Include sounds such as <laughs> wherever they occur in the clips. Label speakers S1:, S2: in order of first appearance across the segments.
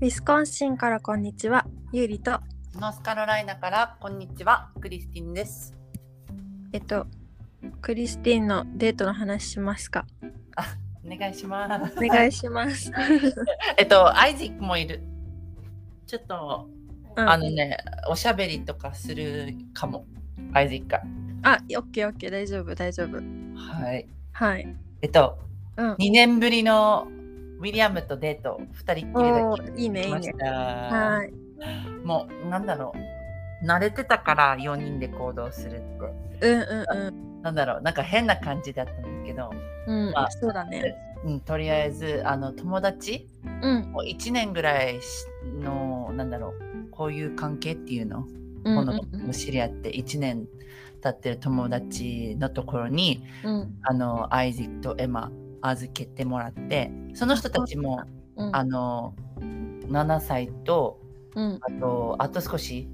S1: ウィスコンシンからこんにちは、ゆうりと、
S2: ノースカロライナからこんにちはクリスティンです。
S1: えっと、クリスティンのデートの話しますか。
S2: お願いします
S1: お。願いします。
S2: えっとアイジックもいる。ちょっと、
S1: うん
S2: あのねおしゃべりとかするかもアイジックが。
S1: あ、オッケーオッケー、大丈夫、大丈夫。
S2: はい。
S1: はい。
S2: えっと
S1: うん。
S2: 2年ぶりのウィリアムとデート2人っきり
S1: お
S2: だ
S1: ーいい
S2: け
S1: ね、いい
S2: 来ま
S1: ね
S2: し。た。
S1: はい。
S2: もうなんだろう慣れてたから4人で行動するって。
S1: うんうん
S2: なんだろうなんか変な感じだったんだけど、
S1: うん。うん
S2: まあ、
S1: そうだね。
S2: うん、とりあえずあの友達
S1: うん。
S2: もう1年ぐらいしのなんだろうこういう関係っていうの,、
S1: うんう
S2: こ
S1: ん
S2: の知り合って1年経ってる友達のところに
S1: うん。
S2: あのアイジックとエマ預けてもらってその人たちも
S1: うん。
S2: あの7歳と
S1: うん。
S2: あとあと少し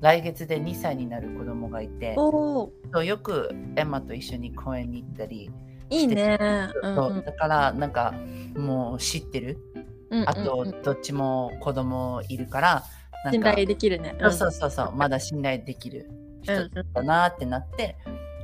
S2: 来月で2歳になる子供がいて
S1: おお、
S2: そうよくエマと一緒に公園に行ったり、
S1: いいね。うんう
S2: そうんだからなんかもう知ってる
S1: うん。
S2: あと
S1: うん
S2: どっちも子供いるからなん
S1: 信
S2: か
S1: 頼できるね。
S2: そうそうそうそうまだ信頼できる人だなってなって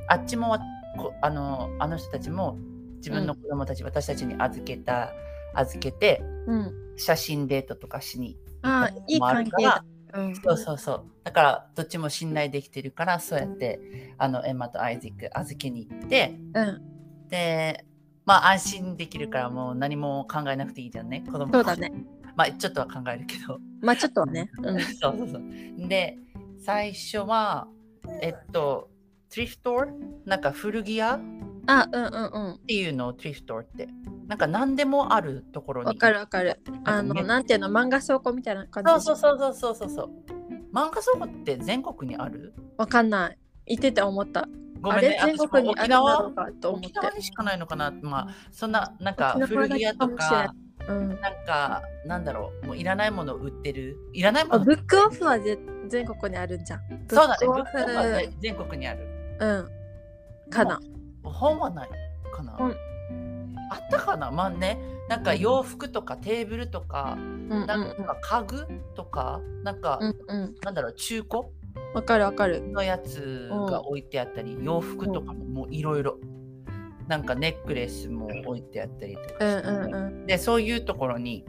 S2: あっちもこあのあの人たちも自分の子供たち、私たちに預けた預けて
S1: うん。うん。
S2: 写真デートとかしに
S1: ああ、いい
S2: もあ
S1: 関
S2: るか
S1: 係
S2: ら
S1: だ。うん。
S2: そうそうそうだからどっちも信頼できてるからそうやってあのエマとアイゼック預けに行って
S1: うん。
S2: でまあ安心できるからもう何も考えなくていいじゃんね子供
S1: そうだね。
S2: <laughs> まあちょっとは考えるけど
S1: まあちょっとはね。うん。
S2: <laughs> そうそうそう。で、最初は、えっと、トリフトーなんか古着屋っ
S1: あ、うんうんうん。
S2: ていうのをトリフトーって。なんか何でもあるところに。
S1: わかるわかる。あの、なんていうの、漫画倉庫みたいな感じ
S2: そ
S1: で
S2: う
S1: しょ
S2: そうそうそうそうそう。漫画倉庫って全国にある
S1: わかんない。行ってて思った。
S2: ご
S1: あ
S2: めん
S1: れ
S2: ね、
S1: 全国にある
S2: 沖
S1: んだろ
S2: 縄
S1: うかと思っ
S2: 沖
S1: て
S2: 縄。にしかないのかなまあ、そんな、なんか
S1: 沖縄
S2: 古着屋と
S1: だけかもしれない
S2: か、
S1: うん。
S2: なんか、なんだろう、もういらないものを売ってる。いらないも
S1: あ
S2: の
S1: ブックオフはぜ全国にあるんじゃん。
S2: そうだね、ブ
S1: ブ
S2: ッ
S1: ッ
S2: クオフは
S1: ク
S2: ね全国にある。
S1: オフ。うん。かな。
S2: 本はないかな、
S1: うん
S2: あったかなまあねなんか洋服とかテーブルとか
S1: うんうん
S2: なんか家具とかなんか、
S1: うん。うんうん。
S2: なんだろう中古
S1: わかるわかる。
S2: のやつが置いてあったり、洋服とかももういろいろなんかネックレスも置いてあったりとか
S1: うん
S2: し
S1: う
S2: て、
S1: ん
S2: でそういうところに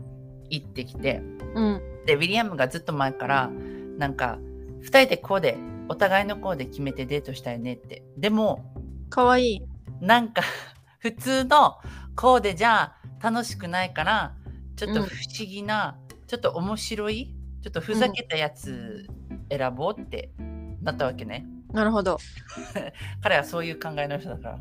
S2: 行ってきて
S1: うん。うん。
S2: でウィリアムがずっと前からなんか2人でこうでお互いのこうで決めてデートしたいねってでも
S1: かわいい。
S2: なんか <laughs> 普通のこうでじゃあ楽しくないからちょっと不思議な、ちょっと面白いちょっとふざけたやつ選ぼうってなったわけね、
S1: なるほど。
S2: 彼はそういう考えの人だから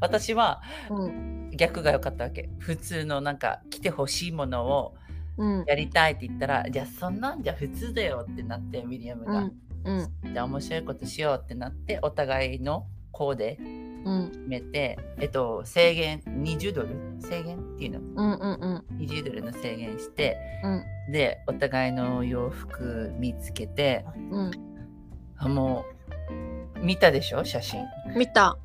S2: 私は
S1: うん。
S2: 逆が良かったわけ普通のなんか来てほしいものを
S1: うん。
S2: やりたいって言ったらじゃあそんなんじゃ普通だよってなってミリアム
S1: う
S2: が、
S1: ん。うん。
S2: じゃあ面白いことしようってなってお互いのコーデ
S1: うん。
S2: 決めてえっと制限20ドル制限っていうの
S1: うん。うん。うん。
S2: 20ドルの制限して
S1: うん。
S2: でお互いの洋服見つけて
S1: うん。
S2: あもう見たでしょ写真
S1: 見た。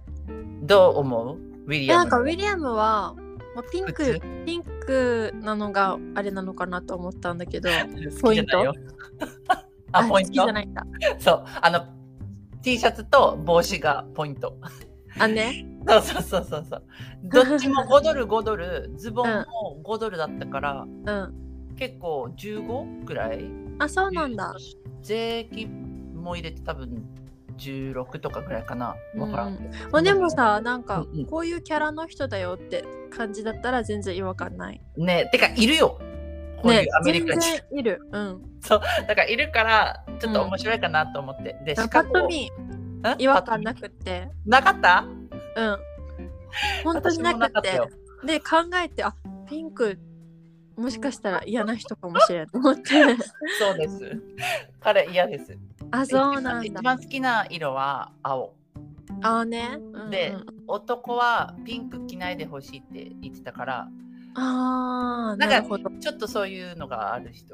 S2: どう思うウィ
S1: い
S2: リ
S1: やな
S2: ア
S1: ん
S2: ム
S1: かウィリアムは、まあ、ピン
S2: 普
S1: ク
S2: 通
S1: ピンクなのがあれなのかなと思ったんだけ
S2: <laughs>
S1: ど
S2: 好きじゃないよ <laughs> あポイン
S1: 好きじ
S2: ト
S1: ゃないんだ
S2: そうあの T シャツと帽子がポイント
S1: あね
S2: そうそうそうそうそうどっちも5ドル5ドルズボンも5ドルだったから、
S1: うん
S2: 結構15くらい
S1: あそうなんだ
S2: 税金も入れて多分16とかぐらいかな。わからんけど。
S1: まあでもさなんか
S2: うんうん
S1: こういうキャラの人だよって感じだったら全然違和感ない
S2: ねてかいるよ。こうい
S1: ね
S2: うアメリ
S1: 全
S2: カ
S1: 然
S2: 人。
S1: いるうん
S2: <laughs> だからいるからちょっと面白いかなと思って。で
S1: パ
S2: しか
S1: ッと
S2: も
S1: 見
S2: え
S1: 違和感な
S2: パッ
S1: くって
S2: と見なかった？
S1: うん本当になくって
S2: 私もなか
S1: で考えてあピンクもしかしたら嫌な人かもしれんと思
S2: <laughs>
S1: って
S2: そうです。彼嫌です。
S1: あそうなん
S2: 一
S1: だ
S2: 番好きな色は青。
S1: あーね、うんうん
S2: で男はピンク着ないでほしいって言ってたから、
S1: ああ、
S2: なんか
S1: なるほど。
S2: ちょっとそういうのがある人。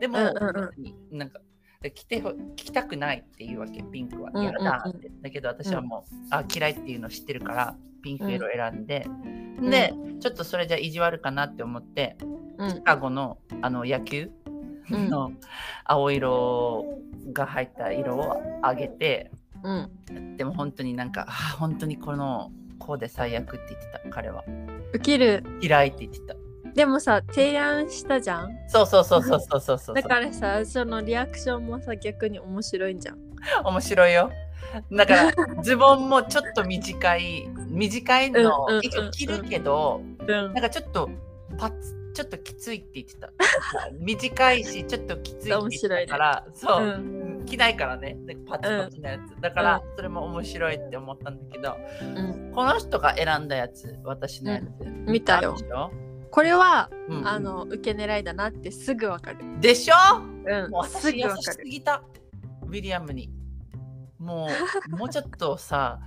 S2: でも、
S1: うんうん
S2: なんかで着てほ着たくないっていうわけ、ピンクは。
S1: うんうんうん
S2: やだって。だけど私はもう、あ嫌いっていうの知ってるから、ピンク色選んで。
S1: ん
S2: で、ちょっとそれじゃ意地悪かなって思って、
S1: うん
S2: シカゴのあの野球
S1: うん
S2: <laughs> の青色が入った色をあげて
S1: うん
S2: でも本当になんかあー本当にこのコーデ最悪って言ってた彼は
S1: 受ける
S2: 嫌いって言ってた
S1: でもさ提案したじゃん
S2: そうそうそうそうそうそうそう
S1: だからさそのリアクションもさ逆に面白いんじゃん
S2: 面白いよだからズボンもちょっと短い短いの
S1: うんうん
S2: 一応着るけど
S1: うん
S2: なんかちょっとパツちょっときついって言ってた短いしちょっときついって言ってたからそうう、
S1: ん
S2: 着ないからねなんかパツパツのやつ、だからそれも面白いって思ったんだけど、
S1: うん
S2: この人が選んだやつ私のやつ、
S1: 見たよ
S2: でしょ、
S1: これは
S2: うん
S1: あの受け狙いだなってすぐわかる
S2: でしょ
S1: うん
S2: もう
S1: す
S2: 私
S1: ぐ
S2: 優
S1: わ
S2: し
S1: か
S2: す
S1: る
S2: ぎたウィリアムにも
S1: <laughs>
S2: うもうちょっとさ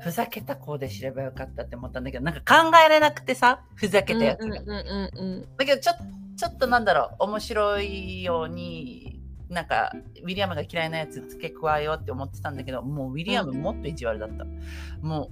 S2: ふざけた子で知ればよかったって思ったんだけどなんか考えれなくてさふざけたやつが、
S1: うんうんうんうんうん
S2: だけどちょちょっとなんだろう面白いようになんかウィリアムが嫌いなやつ付け加えようって思ってたんだけどもうウィリアムもっと意地悪だった、も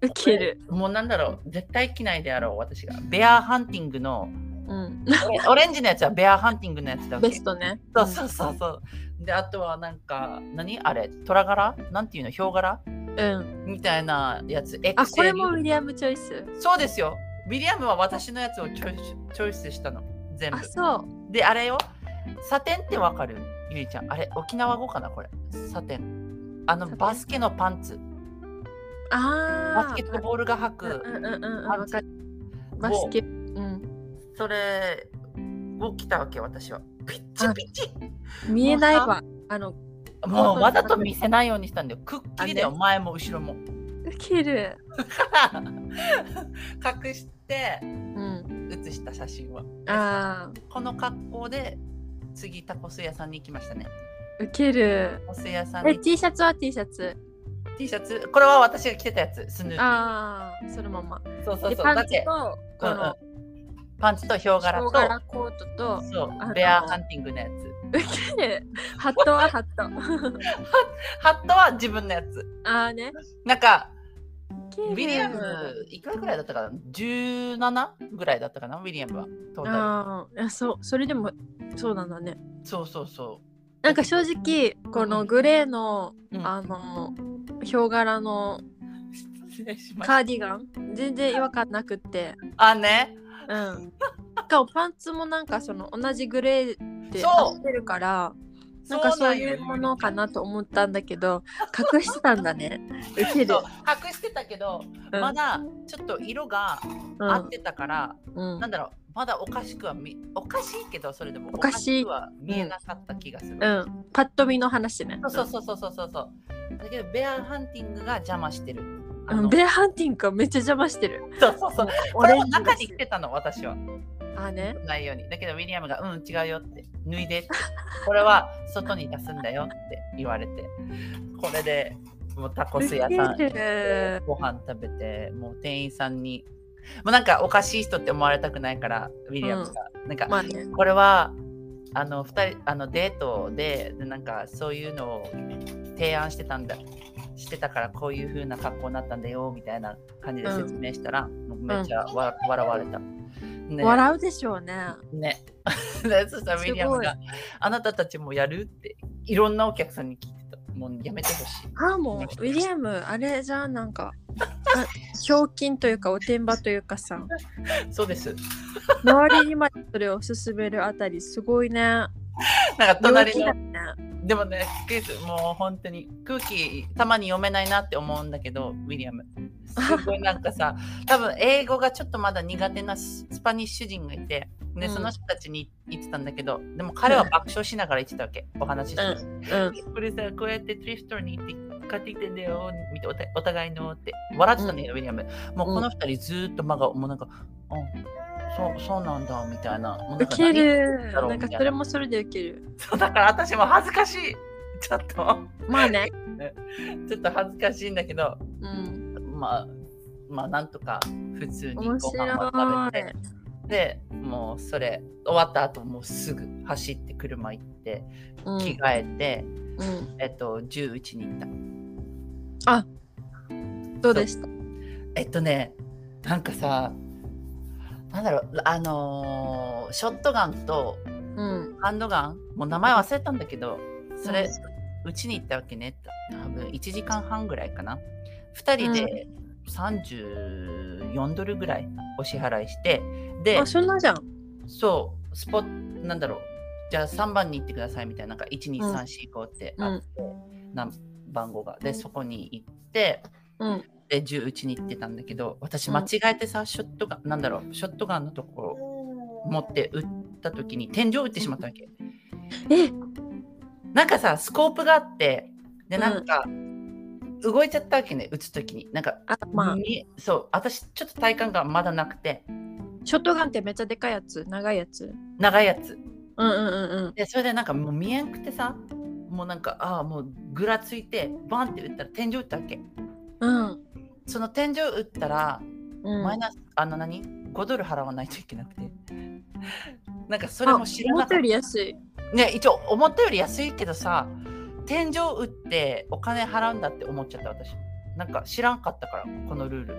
S1: 受ける
S2: うもうなんだろう絶対着ないであろう私がベアハンティン
S1: <laughs>
S2: グの
S1: うん
S2: オレオレンジのやつはベアハンティングのやつだわけ
S1: ベストね
S2: そうそうそうそう。で、あとはなんか、何あれ虎柄なんていうのヒョウ柄
S1: うん
S2: みたいなやつ。エ
S1: あこれもウィリアムチョイス
S2: そうですよ。ウィリアムは私のやつをチョイスチョイスしたの。全部
S1: あ。そう
S2: で、あれよ。サテンってわかるゆいちゃん。あれ、沖縄語かなこれ。サテン。あの
S1: サテン
S2: バスケのパンツ。
S1: ああ
S2: バスケットボールが履く。
S1: うんうんうんうん
S2: パン
S1: わ
S2: ツ
S1: かるバスケうん
S2: それを着たわけ、私は。ピッチピチ。
S1: 見えないわあの
S2: もうわざと見せないようにしたんだよ。くっきりだよ、
S1: あね
S2: 前も後ろも。
S1: 受ける
S2: <laughs> 隠して
S1: うん
S2: 写した写真は
S1: あー
S2: この格好で次タコス屋さんに行きましたね
S1: 受ける
S2: タコス屋さん
S1: え
S2: に
S1: T シャツは T シャツ
S2: T シャツこれは私が着てたやつスヌーピー
S1: ああそのまま
S2: そうそう
S1: で
S2: そう
S1: パ
S2: だっ
S1: ンツ
S2: て
S1: とこ
S2: うん
S1: の
S2: うんパンツとヒョウ柄
S1: 小
S2: と
S1: 柄コートとあ
S2: そう
S1: の
S2: ベアハンティングのやつ
S1: 受けるハットはハット
S2: ハットは自分のやつ
S1: ああね
S2: なんか
S1: 受ける
S2: ウィリアムいくらぐらいだったかな17ぐらいだったかなウィリアムはトータル
S1: あーいやそうそれでもそうなんだね
S2: そうそうそ
S1: なんか正直このグレーの、
S2: うん
S1: あのヒョウ柄の
S2: う失礼しまし
S1: カ
S2: た
S1: ーディガン全然違和感なくって
S2: あね <laughs>
S1: うんしかもパンツもなんかその同じグレーで
S2: そう
S1: 合ってるからなんかそうい
S2: よ
S1: うものかなと思ったんだけど隠してたんだ
S2: <laughs>
S1: ねウケる
S2: そう隠してたけど、
S1: うん
S2: まだちょっと色が
S1: うん
S2: 合ってたから、
S1: うん
S2: なんだろうまだおかしくはみおかしいけどそれでも
S1: おかしい
S2: おくは見えなかった気がする、
S1: うんパッと見の話ね
S2: そうそうそうそうそうそうだけどベアハンティングが邪魔してるあ
S1: うん
S2: の
S1: ベアハンティングがめっちゃ邪魔して
S2: <laughs>
S1: る
S2: そうそうそうこ
S1: オ
S2: れ
S1: レ
S2: も
S1: ンジ
S2: 中に着
S1: だして
S2: たの私は
S1: あね
S2: ないようにだけどウィリアムが「うん違うよ」って「脱いで」って「これは外に出すんだよ」って言われてこれでもうタコス屋さん
S1: ウケる
S2: ご飯食べてもう店員さんにもうなんかおかしい人って思われたくないからウィリアムが、なんか、
S1: まあね
S2: これはあの二人あのデートででなんかそういうのを提案してたんだしてたからこういう風な格好になったんだよみたいな感じで説明したら、もうめっちゃわ、笑われた。ね
S1: 笑うでしょうね
S2: ね。 <laughs> でそしたらウィリアムが「あなたたちもやる?」っていろんなお客さんに聞いてた。もうやめてほしい。
S1: あもうウィリアムあれじゃんなん
S2: <laughs>
S1: かあひょうきんというかおてんばというかさ
S2: そうです。
S1: 周りにまでそれを勧めるあたりすごいね
S2: なんか隣の
S1: 陽気だね
S2: でもね、クイズもう本当に空気たまに読めないなって思うんだけど、ウィリアム。すごいなん
S1: <laughs>
S2: かさ、多分英語がちょっとまだ苦手なススパニッシュ人がいて、で、
S1: うん
S2: その人たちに言ってたんだけど、でも彼は爆笑しながら言ってたわけ、お話しして。
S1: うん
S2: これさ、こうやってトリフトに行って買ってきてんだよ、見ておたお互いのって。笑ってたね、ウィリアム。もうこの二人ずーっと間が、もうなんか、うん、そうそうなんだみたいな。もうなん
S1: ウ
S2: か
S1: ケ
S2: 何
S1: る
S2: だろう
S1: なんか
S2: みたいな
S1: それもそれでウケる
S2: そうだから私も恥ずかしい。ちょっと。
S1: まあね
S2: ちょっと恥ずかしいんだけど、
S1: うん
S2: まあ、まあ、なんとか普通にご
S1: 面
S2: 飯を食
S1: 白
S2: べて、で、もうそれ、終わった後、もうすぐ走って車行って、着
S1: い
S2: 替えて、
S1: うんうん
S2: えっと、10打ちに行った。
S1: どうでした
S2: えっとね、なんかさ、なんだろう、あのーショットガンと
S1: うん。
S2: ハンドガンもう名前忘れたんだけどそれ
S1: う
S2: うちに行ったわけね多分1時間半ぐらいかな2人で34ドルぐらいお支払いしてで
S1: あ、そんなじゃん。
S2: そうスポッなんだろうじゃあ3番に行ってくださいみたいななんか12345ってあって、なん番号がでそこに行って
S1: うん。
S2: で銃撃ちに行ってたんだけど私
S1: うん
S2: 間違えてさショットガンなんだろうショットガンのところ持って撃った時に天井撃ってしまったわけ
S1: え、
S2: なんかさスコープがあってでなんか、動いちゃったわけね撃つ時になんか、
S1: あ、まあ、
S2: にそう私ちょっと体感がまだなくて
S1: ショットガンってめっちゃでかいやつ、長いやつ。
S2: 長いやつ
S1: うんうんうん
S2: でそれでなんかもう見えんくてさもうなんかああもうぐらついてバンって打ったら天井打ったわけ
S1: うん。うん。
S2: その天井打ったら
S1: うん、
S2: マイナス、あの何 ?5 ドル払わないといけなくて。なんかそれも知ら
S1: あ思
S2: な
S1: った
S2: かっ
S1: より安い。
S2: た。ね、一応思ったより安いけどさ、天井打ってお金払うんだって思っちゃった私。なんか知らんかったから、このルール。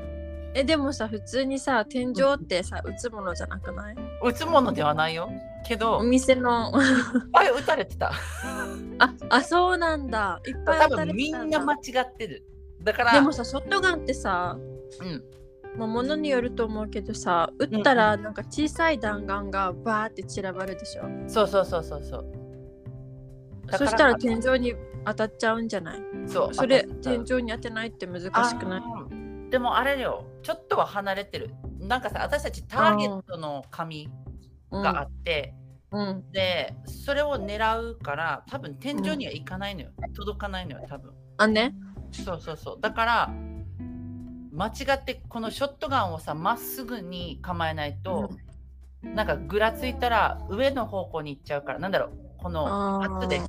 S1: え、でもさ、普通にさ、天井ってさ、打つものじゃなくない
S2: 打つものではないよ。け
S1: お
S2: ど、
S1: 店の。 <laughs>
S2: あれ打たれてた。
S1: あ、あ、そうなんだ。いっぱい
S2: 多
S1: 当た
S2: 分
S1: れ
S2: み
S1: てた
S2: ん
S1: だ
S2: な間違ってる。だから、
S1: でもさ、ショットガンってさ、
S2: うん、
S1: まあ、ものによると思うけどさ、撃ったらなんか小さい弾丸がバーって散らばるでしょ。
S2: そうそうそうそうそう。だか
S1: そしたら天井に当たっちゃうんじゃない
S2: そう
S1: それ
S2: 当たった
S1: 天井に当てないって難しくない
S2: あーでもあれだよ、ちょっとは離れてる。なんかさ、私たちターゲットの紙があって、
S1: うん、うん
S2: で、それを狙うから、多分天井には行かないのよ。届かないのよ、多分。
S1: あね
S2: そうそうそう。だから、間違ってこのショットガンをさ、まっすぐに構えないと、なんかぐらついたら上の方向に行っちゃうから、なんだろう、この
S1: あー
S2: 圧で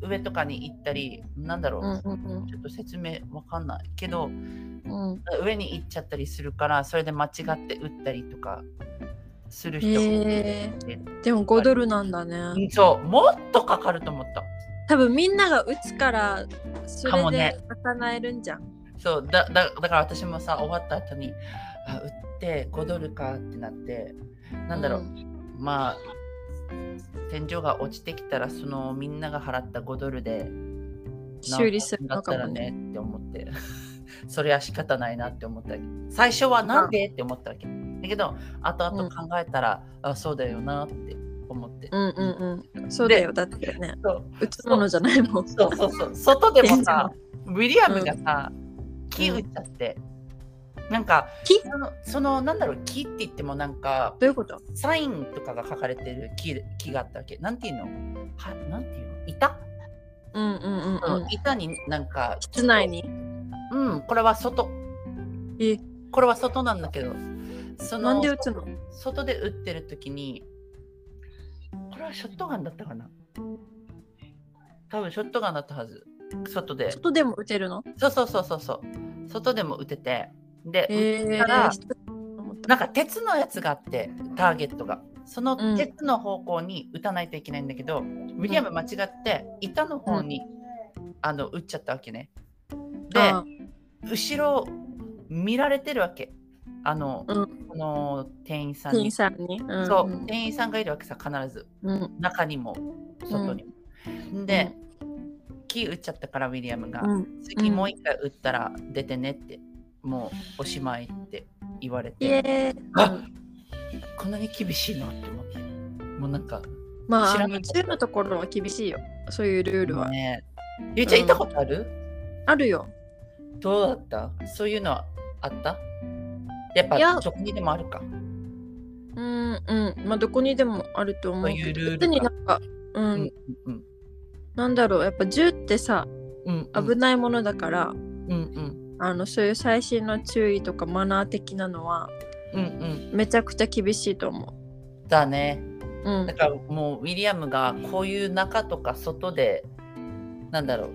S2: 上とかに行ったり、なんだろ
S1: うん
S2: う、
S1: うん
S2: ちょっと説明わかんないけど、
S1: うんうん
S2: 上に行っちゃったりするからそれで間違って打ったりとかする人もい
S1: へ
S2: て
S1: ーでも5ドルなんだね
S2: うんそうもっとかかると思った
S1: 多分みんなが打つからそ
S2: かも
S1: れ
S2: ね
S1: で賄えるんじゃん、
S2: そうだだだから私もさ終わった後にあ打って5ドルかってなってなんだろう、まあ天井が落ちてきたらそのみんなが払った5ドルで
S1: 修理するのかも
S2: なんだった
S1: ね
S2: らねって思って <laughs> それは仕方ないなって思ったわけ最初はなんでって思ったわけだけど後々考えたら、あそうだよなって思って、
S1: うんうんうんそうだよだってね
S2: そう
S1: 打つものじゃないもん
S2: そうそうそう外でもさウィリアムがさ、木打っちゃって、なんか
S1: 木
S2: そのそのなんだろう木って言ってもなんか
S1: どういうこと
S2: サインとかが書かれてる木木があったわけなんていうのはなんていうの板、
S1: うんうん
S2: う
S1: うんうん
S2: ん、板になんか
S1: 室内に
S2: うんこれは外
S1: え
S2: これは外なんだけどその
S1: なんで打つの
S2: 外で打ってる時にこれはショットガンだったかな多分ショットガンだったはず外で
S1: 外でも打てるの
S2: そうそうそうそうそう外でも打ててで、
S1: へえ
S2: 打ったら
S1: ー、
S2: なんか鉄のやつがあってターゲットがその
S1: うん
S2: 鉄の方向に打たないといけないんだけど、ウィリアム間違って板の方に、あの打っちゃったわけねで
S1: あ
S2: 後ろ見られてるわけあの、
S1: うん
S2: この店員さん
S1: 店員
S2: に
S1: さんに、うんうん、
S2: そう店員さんがいるわけさ必ず
S1: うん
S2: 中にも外にも。で、木打っちゃったからウィリアムが、
S1: うん
S2: 次もう一回打ったら出てねってもうおしまいって言われ
S1: イ
S2: て、
S1: エーイ
S2: あ
S1: うん
S2: こんなに厳しいのって思ってもうなんか
S1: ま
S2: 知
S1: あ、
S2: ら
S1: あ
S2: なか
S1: の
S2: っ
S1: 銃
S2: た
S1: のところは厳しいよ。そういうルールは。
S2: ねゆうちゃん行ったことある、
S1: あるよ。
S2: どうだったそういうのはあったやっ
S1: いや
S2: ぱどこにでもあるか
S1: うんうん。まあ、どこにでもあると思うけ
S2: そういう
S1: ど。
S2: ルール
S1: 別になんか、う
S2: うんん、うん
S1: なんだろう。やっぱ銃ってさ、
S2: うんうん
S1: 危ないものだから、
S2: うんうん
S1: あの、そういう最新の注意とかマナー的なのは、
S2: うんうん
S1: めちゃくちゃ厳しいと思
S2: だね
S1: う。うん
S2: だ。からもうウィリアムがこういう中とか外でなんだろ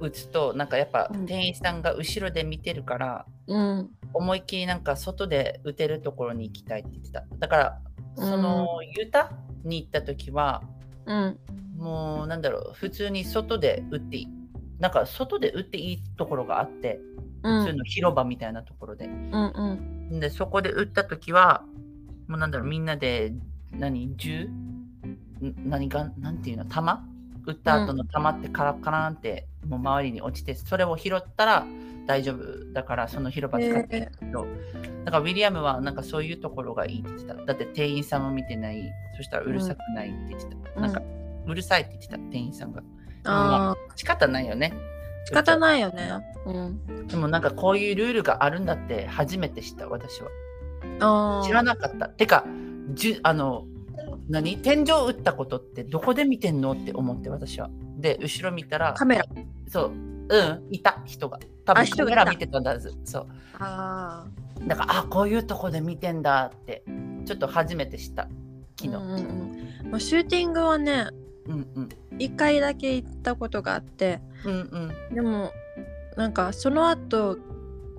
S2: う打つとなんかやっぱ
S1: うん
S2: 店員さんが後ろで見てるから、
S1: うん。
S2: 思いっきりなんか外で打てるところに行きたいって言ってただからその、ユタに行った時は
S1: うん。
S2: もうなんだろう普通に外で打っていいなんか外で打っていいところがあって
S1: う
S2: 普通
S1: ん。
S2: の広場みたいなところで、
S1: うん。うん。
S2: でそこで打った時はもうなんだろうみんなで何銃ん何がなんていうの玉打った後の玉ってカラカランってもう周りに落ちてそれを拾ったら大丈夫だからその広場使っていいんだけど、だからウィリアムはなんかそういうところがいいって言ってただって店員さんも見てないそしたらうるさくないって言ってた、
S1: うん
S2: なんかうるさいって言ってた店員さんが
S1: ああ、
S2: 仕方ないよね
S1: 仕方ないよね。うん。
S2: でもなんかこういうルールがあるんだって初めて知った私は
S1: ああ。
S2: 知らなかった。てか、じゅあの何天井打ったことってどこで見てんのって思って私は。で、後ろ見たら、
S1: カメラ。
S2: そう、うん、いた人が。多
S1: あ
S2: 分
S1: 人が
S2: カメ
S1: いた
S2: ラ見てたんだはず。そう。
S1: ああ。
S2: だから、あ、こういうとこで見てんだって、ちょっと初めて知った。
S1: う
S2: 昨日。
S1: んうんうんまあ、シューティングはね、
S2: うんうん。
S1: 一回だけ行ったことがあって、
S2: うんうん。
S1: でも、なんかその後、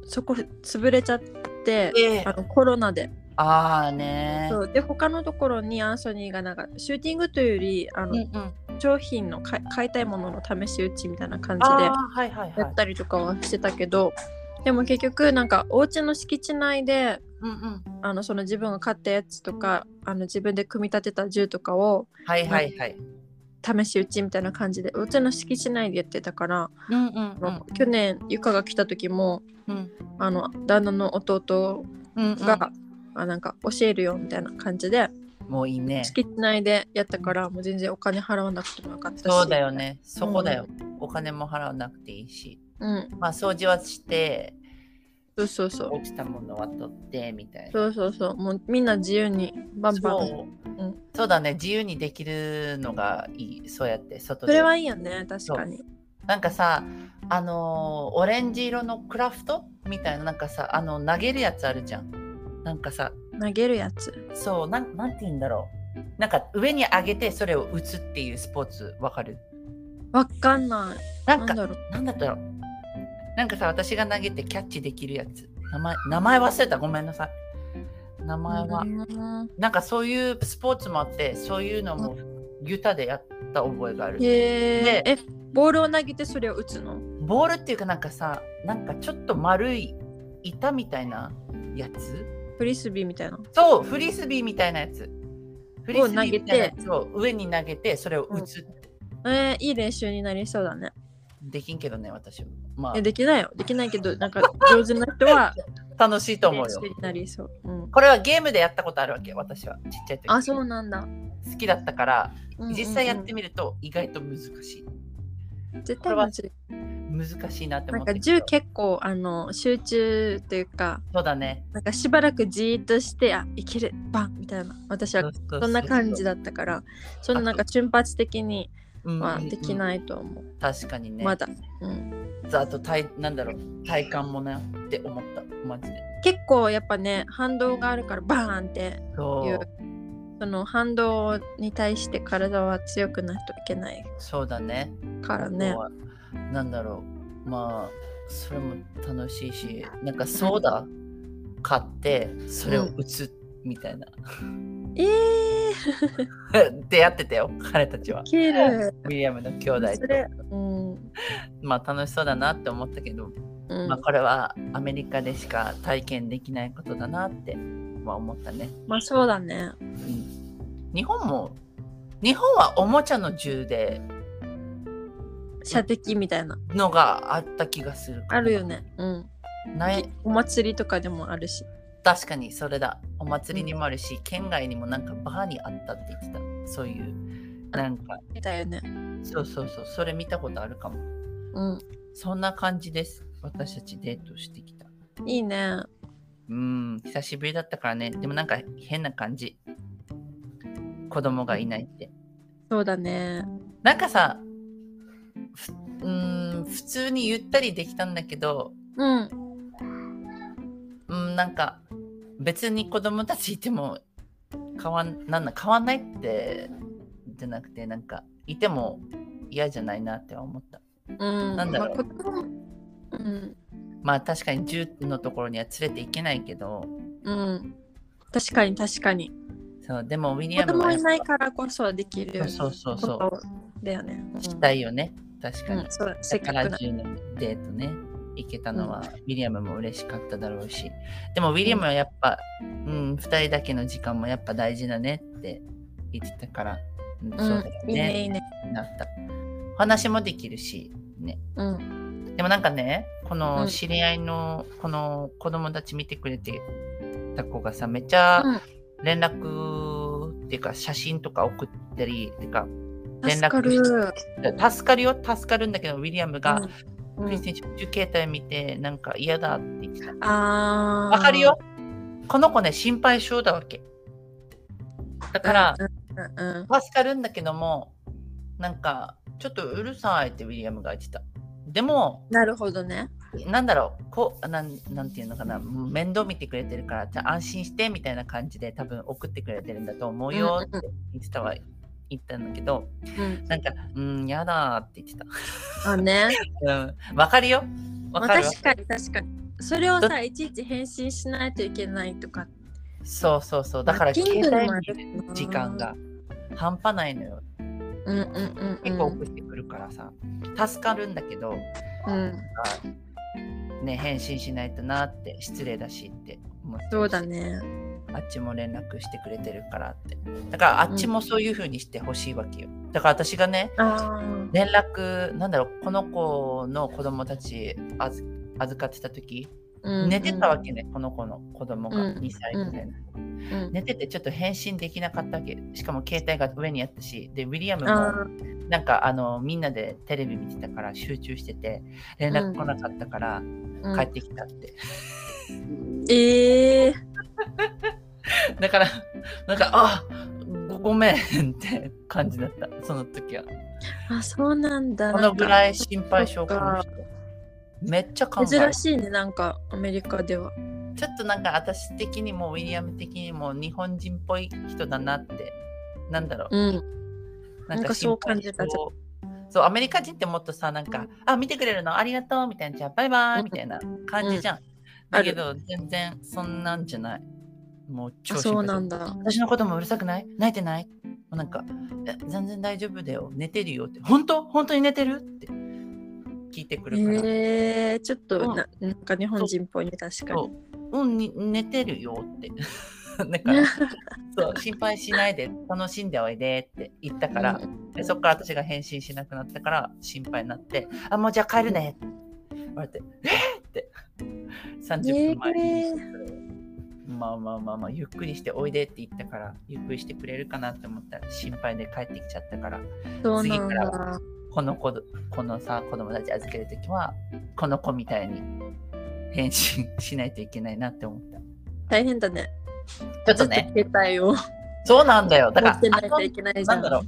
S1: そこ潰れちゃって、
S2: ええ
S1: あのコロナで。
S2: ああねー。
S1: そうで、他のところにアンソニーがなんか、シューティングというより、あの、
S2: うんうん。
S1: 商品の買い買いたいものの試し撃ちみたいな感じ
S2: あ
S1: で
S2: あ、はいはい
S1: や
S2: はい
S1: っ。たりとかはしてたけど、でも結局なんかお家の敷地内で
S2: うんうん。
S1: あのその自分が買ったやつとかあの自分で組み立てた銃とかを
S2: はいはいはい。
S1: 試し撃ちみたいな感じでお家の敷地内でやってたから、
S2: うんうん
S1: あの去年ゆかが来た時も
S2: うん。
S1: あの旦那の弟
S2: うんうん。
S1: が、あなんか教えるよみたいな感じで
S2: もういいね。
S1: 敷地内でやったからもう全然お金払わなくてもよかったし
S2: そうだよ、ね。そこだよ。お金も払わなくていいし。
S1: うん、
S2: まあ掃除はして、
S1: そうそうそう
S2: 落ちたものは取ってみたいな。
S1: そうそうそうもうみんな自由にバンバン
S2: そう
S1: うん
S2: そうだね。自由にできるのがいい。そうやって外
S1: そ
S2: で。
S1: れはいいよね確かに
S2: なんかさ、あのーオレンジ色のクラフトみたいな、なんかさ、あの、投げるやつあるじゃん。なんかさ、
S1: 投げるやつ
S2: そう、なんなんて言うんだろう。なんか上に上げてそれを打つっていうスポーツわかる
S1: わかんない
S2: なん
S1: な
S2: か
S1: んだろう
S2: なんだったろうなんかさ、私が投げてキャッチできるやつ。名前名前忘れた、ごめんなさい。名前は。
S1: うん
S2: なんかそういうスポーツもあって、そういうのもユタでやった覚えがある。
S1: へ
S2: で
S1: ええボールを投げてそれを打つの
S2: ボールっていうかなんかさ、なんかちょっと丸い板みたいなやつ
S1: フリスビーみたいな
S2: そう、フリスビーみたいなやつ。フリスビーみたいなや
S1: を
S2: つを上に投げて、それを打つ。
S1: えー、いい練習になりそうだね
S2: できんけどね、私は。ま
S1: え
S2: あ、
S1: できないよできないけどなんか上手な人は
S2: 楽しいと思
S1: 練
S2: う
S1: 習
S2: よ。
S1: になりそう、うん、
S2: これはゲームでやったことあるわけ、私は。ちっちゃい時。
S1: あそうなんだ、うん
S2: 好きだったから、
S1: うんうん
S2: 実際やってみると意外と難しい
S1: 絶対難しい
S2: 難しいなって
S1: な
S2: 思
S1: ん
S2: って
S1: か銃結構あの集中というか
S2: そうだね
S1: なんかしばらくじーっとしてあいけるバンみたいな私はそんな感じ
S2: だ、
S1: だったからそんななんか瞬発的に
S2: うんうんうん
S1: はできないと思う、
S2: 確かにね
S1: まだ、うん、
S2: あと体なんだろう体感もなって思ったマジで
S1: 結構やっぱね反動があるからバーンって
S2: そ
S1: いううその反動に対して体は強くないといけない
S2: そうだね
S1: から
S2: あ
S1: ね
S2: とはなんだろうまあそれも楽しいしなんかソーダ買ってそれを打つみたいな、
S1: えー、
S2: <laughs> 出会ってたよ彼たちは
S1: け
S2: <laughs>
S1: る
S2: ウィリアムの兄弟
S1: そ
S2: と
S1: れうん、うん
S2: まあ楽しそうだなって思ったけどまあ、これはアメリカでしか体験できないことだなって、まあ、思ったね、
S1: まあそうだね
S2: うん日本も日本はおもちゃの銃で
S1: 射的みたいな
S2: のがあった気がするから
S1: あるよねうん
S2: ない
S1: お祭りとかでもあるし
S2: 確かにそれだお祭りにもあるし、県外にもなんかバーにあったって言ってたそういうなんか
S1: だよね
S2: そうそうそうそれ見たことあるかも
S1: うん
S2: そんな感じです私たちデートしてきた
S1: いいね
S2: うん久しぶりだったからねでもなんか変な感じ子供がいないって
S1: そうだね
S2: なんかさ、ふうーん、普通にゆったりできたんだけど、
S1: うん
S2: うん、なんか別に子供たちいても変わんなんだ変わんないってじゃなくて、なんかいても嫌じゃないなって思った。
S1: うん
S2: なんだろう
S1: まあ子供うん
S2: まあ確かに銃のところには連れていけないけど、
S1: うん確かに確かに
S2: そうでもウィリ
S1: 子
S2: アム
S1: 供
S2: はや
S1: い
S2: っ
S1: ないからこそできる
S2: そうそうそう
S1: ことだよね。
S2: ぱしたいよね、確か
S1: う
S2: に。
S1: ん、そうせ
S2: だ
S1: っ
S2: か
S1: からくな
S2: 10のデートね、行けたのは、ウィリアムも嬉しかっただろうし、でもウィリアムはやっぱ、うん、2人だけの時間もやっぱ大事だねって言ってたから、うん
S1: う
S2: そ
S1: ん
S2: うだよ
S1: いいねい
S2: ね
S1: いね。
S2: なった話もできるしね
S1: うん
S2: でもなんかねこ
S1: う
S2: の
S1: ん
S2: 知り合いのこの子供たち見てくれてた子がさめちゃ
S1: うん
S2: 連絡っていうか写真とか送ったりっていうか連絡
S1: 助かる。
S2: 助かるよ助かるんだけどウィリアムが、
S1: うん
S2: ク
S1: う
S2: リスティン携帯見てなんか嫌だって言ってた
S1: ん、ああ。
S2: わかるよ。この子ね心配性だわけだから、
S1: うんうん
S2: 助かるんだけどもなんかちょっとうるさいってウィリアムが言ってたでも
S1: なるほどね。
S2: なんだろうこうなんなんていうのかな面倒見てくれてるからじゃあ安心してみたいな感じで多分送ってくれてるんだと思うよって言ってたわ言ったんだけど
S1: うん、
S2: なんか「うんやだ」って言って
S1: あね。
S2: たうんわかるよわ
S1: まあ、
S2: かるわ
S1: 確かに確かに。それを
S2: ど
S1: さ、いちいち返信しないといけないとか。
S2: そうそうそうだから
S1: まあ
S2: 携
S1: Kindle もあ
S2: 帯
S1: る
S2: 見る
S1: な
S2: 時間が半端ないのよ
S1: うんうんうん、うん。
S2: 結構送ってくるからさ助かるんだけど
S1: うん。
S2: ね返信しないとなって失礼だしって思ってるし
S1: そうだね。
S2: あっちも連絡してくれてるからってだからあっちもそういう風にしてほしいわけよだから私がね
S1: あ
S2: 連絡なんだろうこの子の子供たち預預かってた時
S1: あ。
S2: 寝てたわけね、この子の子供が
S1: うん
S2: 2歳ぐらいの、
S1: け。うんうん
S2: 寝ててちょっと返信できなかったわけしかも携帯が上にあったしでウィリアム
S1: あ
S2: もなんかあのみんなでテレビ見てたから集中してて連絡来なかったから
S1: ー
S2: 帰ってきたって、
S1: うんええ
S2: だからなんかあごごめんって感じだったその時は
S1: あ、そうなんだ。
S2: このぐらい
S1: なんか
S2: 心配性この人めっちゃ考え
S1: 珍
S2: る
S1: しいね、なんかアメリカでは。
S2: ちょっとなんか私的にもウィリアム的にも日本人っぽい人だなってなんだろう
S1: うん。
S2: な
S1: な
S2: ん
S1: ん
S2: か
S1: かそう感
S2: 心
S1: じ
S2: 配
S1: た
S2: 性そうアメリカ人ってもっとさなんか「あ見てくれるのありがとう」みたいなじゃあバイバイみたいな感じじゃん、だけど全然そんなんじゃないもう
S1: あ
S2: 超
S1: そう
S2: 心配
S1: なんだ。
S2: 私のこともうるさくない泣いてないもうなんかえ「全然大丈夫だよ寝てるよ」って「本当本当に寝てる?」って聞いてくるから、
S1: ええちょっ
S2: うん
S1: とな、なんか日本人っぽいね、確かに。
S2: そううんに寝てるよって <laughs> だからそう心配しないで楽しんでおいでって言ったから、でそこから私が返信しなくなったから心配になって「あもうじゃあ帰るね」って言われて「えっ!」って30分前に、
S1: え
S2: まあまあまあまあゆっくりしておいでって言ったからゆっくりしてくれるかなと思ったら心配で帰ってきちゃったから
S1: <laughs> そう
S2: 次
S1: なん
S2: から
S1: だ。
S2: この子どこのさ子供たち預ける時はこの子みたいに返信しないといけないなって思った
S1: 大変だね。
S2: ちょっとね
S1: ずっと携帯を持
S2: そうなんだよだか
S1: ってない
S2: ら
S1: といけないじゃ。
S2: なんんだろう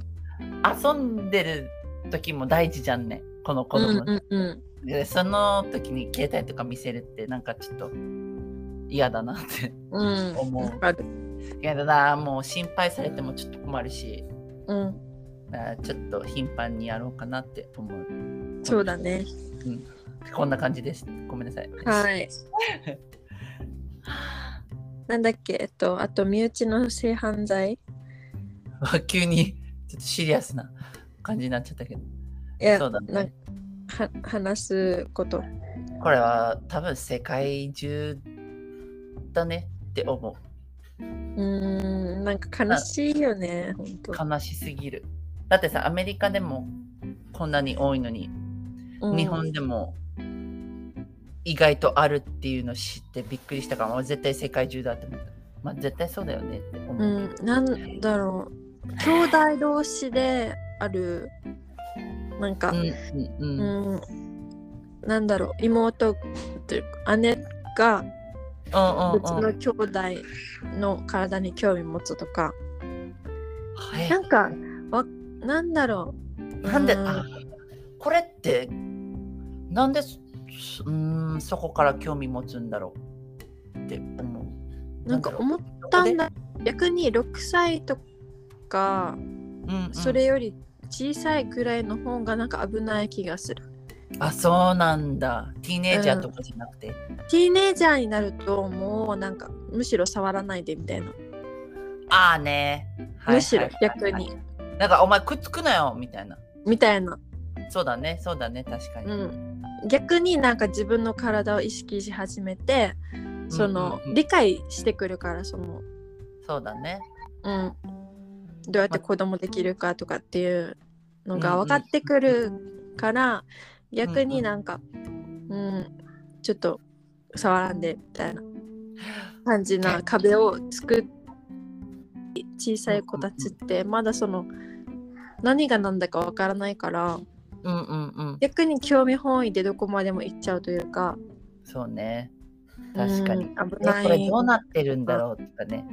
S2: 遊んでる時も大事じゃんねこの子
S1: うん
S2: 供たち
S1: うんうん。
S2: でその時に携帯とか見せるってなんかちょっと嫌だなって <laughs>
S1: うん。
S2: 思う
S1: わかる
S2: 嫌だなもう心配されてもちょっと困るし
S1: うん。
S2: あーちょっと頻繁にやろうかなって思う
S1: そうだね。
S2: こんな感じですごめんなさい
S1: はい。なんだっけ、えっと、あと身内の性犯罪。
S2: <laughs> 急にちょっとシリアスな感じになっちゃったけど
S1: いや、
S2: そうだ
S1: なん
S2: ね
S1: は話すこと。
S2: これは多分世界中だねって思
S1: うーん、なんか悲しいよね、本当。
S2: う悲しすぎるだってさアメリカでもこんなに多いのに
S1: うん
S2: 日本でも意外とあるっていうの知ってびっくりしたから、まあ、絶対世界中だって思った。まあ、絶対そうだよねって思う。
S1: うん、なんだろう。兄弟同士である。なんか、
S2: うんうんうん
S1: うん、なんだろう、妹というか、姉が。別
S2: うんうん
S1: の兄弟の体に興味持つとか、
S2: はい
S1: なんかわなんだろう
S2: なんで
S1: う
S2: あこれってなんでそそうんそこから興味持つんだろうって思う。
S1: なんか
S2: だろう
S1: 思ったんだ逆に6歳とか
S2: うんうん
S1: それより小さいぐらいの方がなんか危ない気がする、
S2: あそうなんだ。ティーネイジャーとかじゃなくて。
S1: ティーネイジャーになるともうなんかむしろ触らないでみたいな、
S2: ああね。はい
S1: むしろ
S2: はいはいは
S1: 逆
S2: い
S1: に、
S2: なんかお前くっつくなよみたいな。
S1: みたいな、
S2: そうだねそうだね確かに。
S1: うん、逆になんか自分の体を意識し始めてその、
S2: うんうんうん
S1: 理解してくるからその
S2: そうだね。
S1: うんどうやって子供できるかとかっていうのが分かってくるから、逆になんか、うん、ちょっと触らんでみたいな感じな壁を作っ小さい子たちってまだその何が何だか分からないから
S2: うんうんうん
S1: 逆に興味本位でどこまでも行っちゃうというか
S2: そうね確かに、
S1: うん危
S2: え
S1: ない
S2: これどうなってるんだろうとかね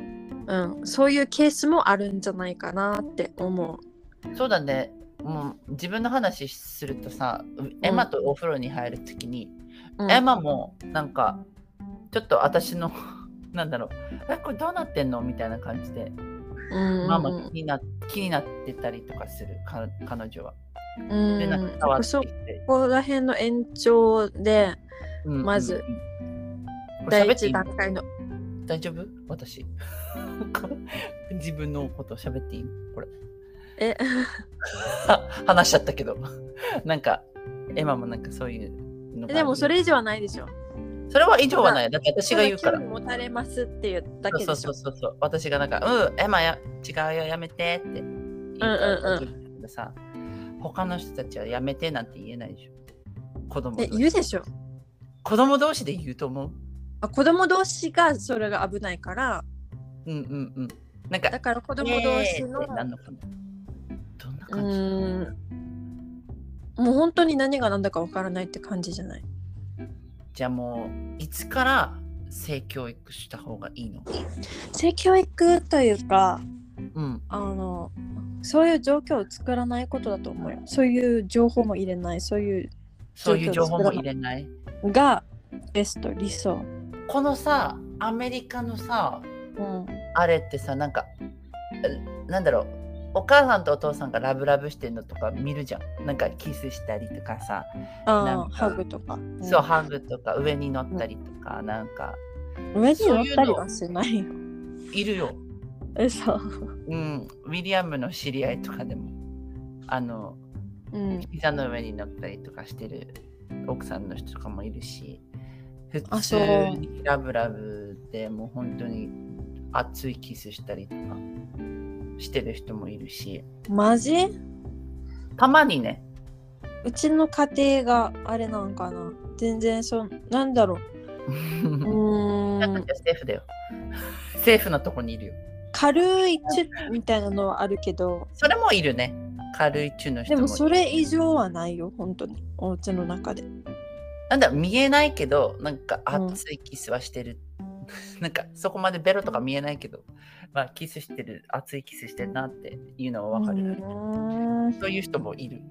S1: うん、そういうケースもあるんじゃないかなって思う。
S2: そうだねもう自分の話するとさエマとお風呂に入るときに、
S1: うん、
S2: エマもなんかちょっと私の <laughs> なんだろうえこれどうなってんのみたいな感じで
S1: うん、
S2: ママ気にな気になってたりとかするか彼女は。
S1: うん、
S2: でなんか触って
S1: そ
S2: きて、
S1: こら辺の延長で
S2: うんうん
S1: まず
S2: これ
S1: 第
S2: 喋って
S1: 一
S2: いい
S1: 段階の
S2: 大丈夫私 <laughs> 自分のこと喋っていいこれ
S1: え <laughs>
S2: は話しちゃったけどなんかエマもなんかそういうのがある
S1: でもそれ以上はないでしょ。
S2: それは以上はないだって私が言うか
S1: た
S2: ら
S1: だ興味持たれますっていうだけで
S2: そう
S1: し
S2: そ
S1: ょ
S2: う。そうそう私がなんか「うんエマや違うよやめて」って言うから
S1: うんうん
S2: さ他の人たちは「やめて」なんて言えないでしょ子供同
S1: え
S2: 士
S1: 言うでしょ。
S2: 子供同士で言うと思う
S1: あ子供同士がそれが危ないから
S2: うんうんうんなんか
S1: だから子
S2: 子
S1: 供同士の、
S2: なんのかなどんな
S1: う
S2: 感じ、
S1: ーんもう本当に何が何だかわからないって感じじゃない。
S2: じゃあもういつから性教育した方がいいの
S1: 性教育というか
S2: うん
S1: あのそういう状況を作らないことだと思うよ。そういう情報も入れない、そういう
S2: そういう情報も入れない
S1: がベスト、理想。
S2: このさアメリカのさ
S1: うん、
S2: あれってさなんかえなんだろうお母さんとお父さんがラブラブしてるのとか見るじゃんなんかキスしたりとかさ、な
S1: あー
S2: んか
S1: ハグとか。ん
S2: そうハグとか上に乗ったりとか、なんか
S1: 上に乗ったりはしないよ。
S2: いるよ
S1: 嘘。
S2: うんウィリアムの知り合いとかでもあの
S1: うん。
S2: 膝の上に乗ったりとかしてる奥さんの人とかもいるし普
S1: あ
S2: 通
S1: そう
S2: にラブラブでもう本当に熱いキスしたりとかしてる人もいるし
S1: マジ
S2: たまにね
S1: うちの家庭があれなんかな全然そんなんだろう。う
S2: な
S1: ー
S2: んか
S1: ん。
S2: セーフだよセーフのとこにいるよ
S1: 軽いチュッみたいなのはあるけど、
S2: それもいるね軽い中の人
S1: で
S2: も
S1: も
S2: いる
S1: それ以上はないよ、本当に。お家の中で。
S2: なんだ見えないけどなんか
S1: うん
S2: 熱いキスはしてる、なんかそこまでベロとか見えないけどまあキスしてる熱いキスしてるなっていうのはわかる、
S1: うーん
S2: そういう人もいる。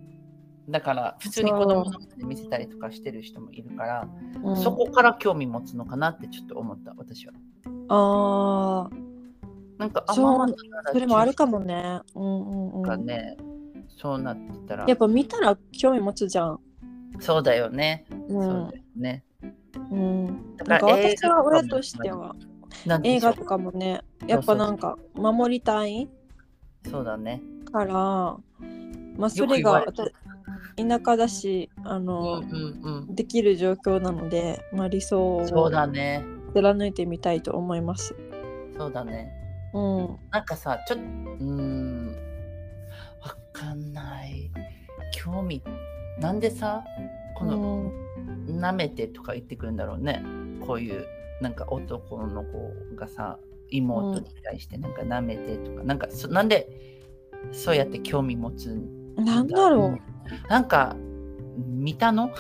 S2: だから普通に子供の前で見せたりとかしてる人もいるから、
S1: うん
S2: そこから興味持つのかなってちょっと思った私は。
S1: ああ。
S2: なんかあ
S1: そう
S2: ママなら
S1: それもあるかもね。うんうんう
S2: 中学とか
S1: ん。
S2: ね、そうなってたら
S1: やっぱ見たら興味持つじゃん。
S2: そうだよね。
S1: う
S2: そうんだ。よね。
S1: うん、
S2: だ
S1: なんか
S2: 映
S1: 私は
S2: 画とかも
S1: 親としては
S2: なんで
S1: 映
S2: しょ
S1: 画
S2: う
S1: とかもね、やっぱなんか守りたい
S2: そうだね。
S1: から、まあそ
S2: よく
S1: れ
S2: 言わ
S1: が
S2: れる
S1: 私田舎だし、あ
S2: うん
S1: の、
S2: うん
S1: できる状況なので、まあ理想
S2: うん。そう
S1: を
S2: だね。
S1: 貫いてみたいと思います。
S2: そうだね。
S1: うん。
S2: なんかさ、ちょっと、うーん、わかんない。興味、なんでさ、この、
S1: うん
S2: 舐めてとか言ってくるんだろうねこういうなんか男の子がさ妹に対してなんか舐めてとか、なんかそなんでそうやって興味持つん
S1: なんだろう。
S2: なんか見たの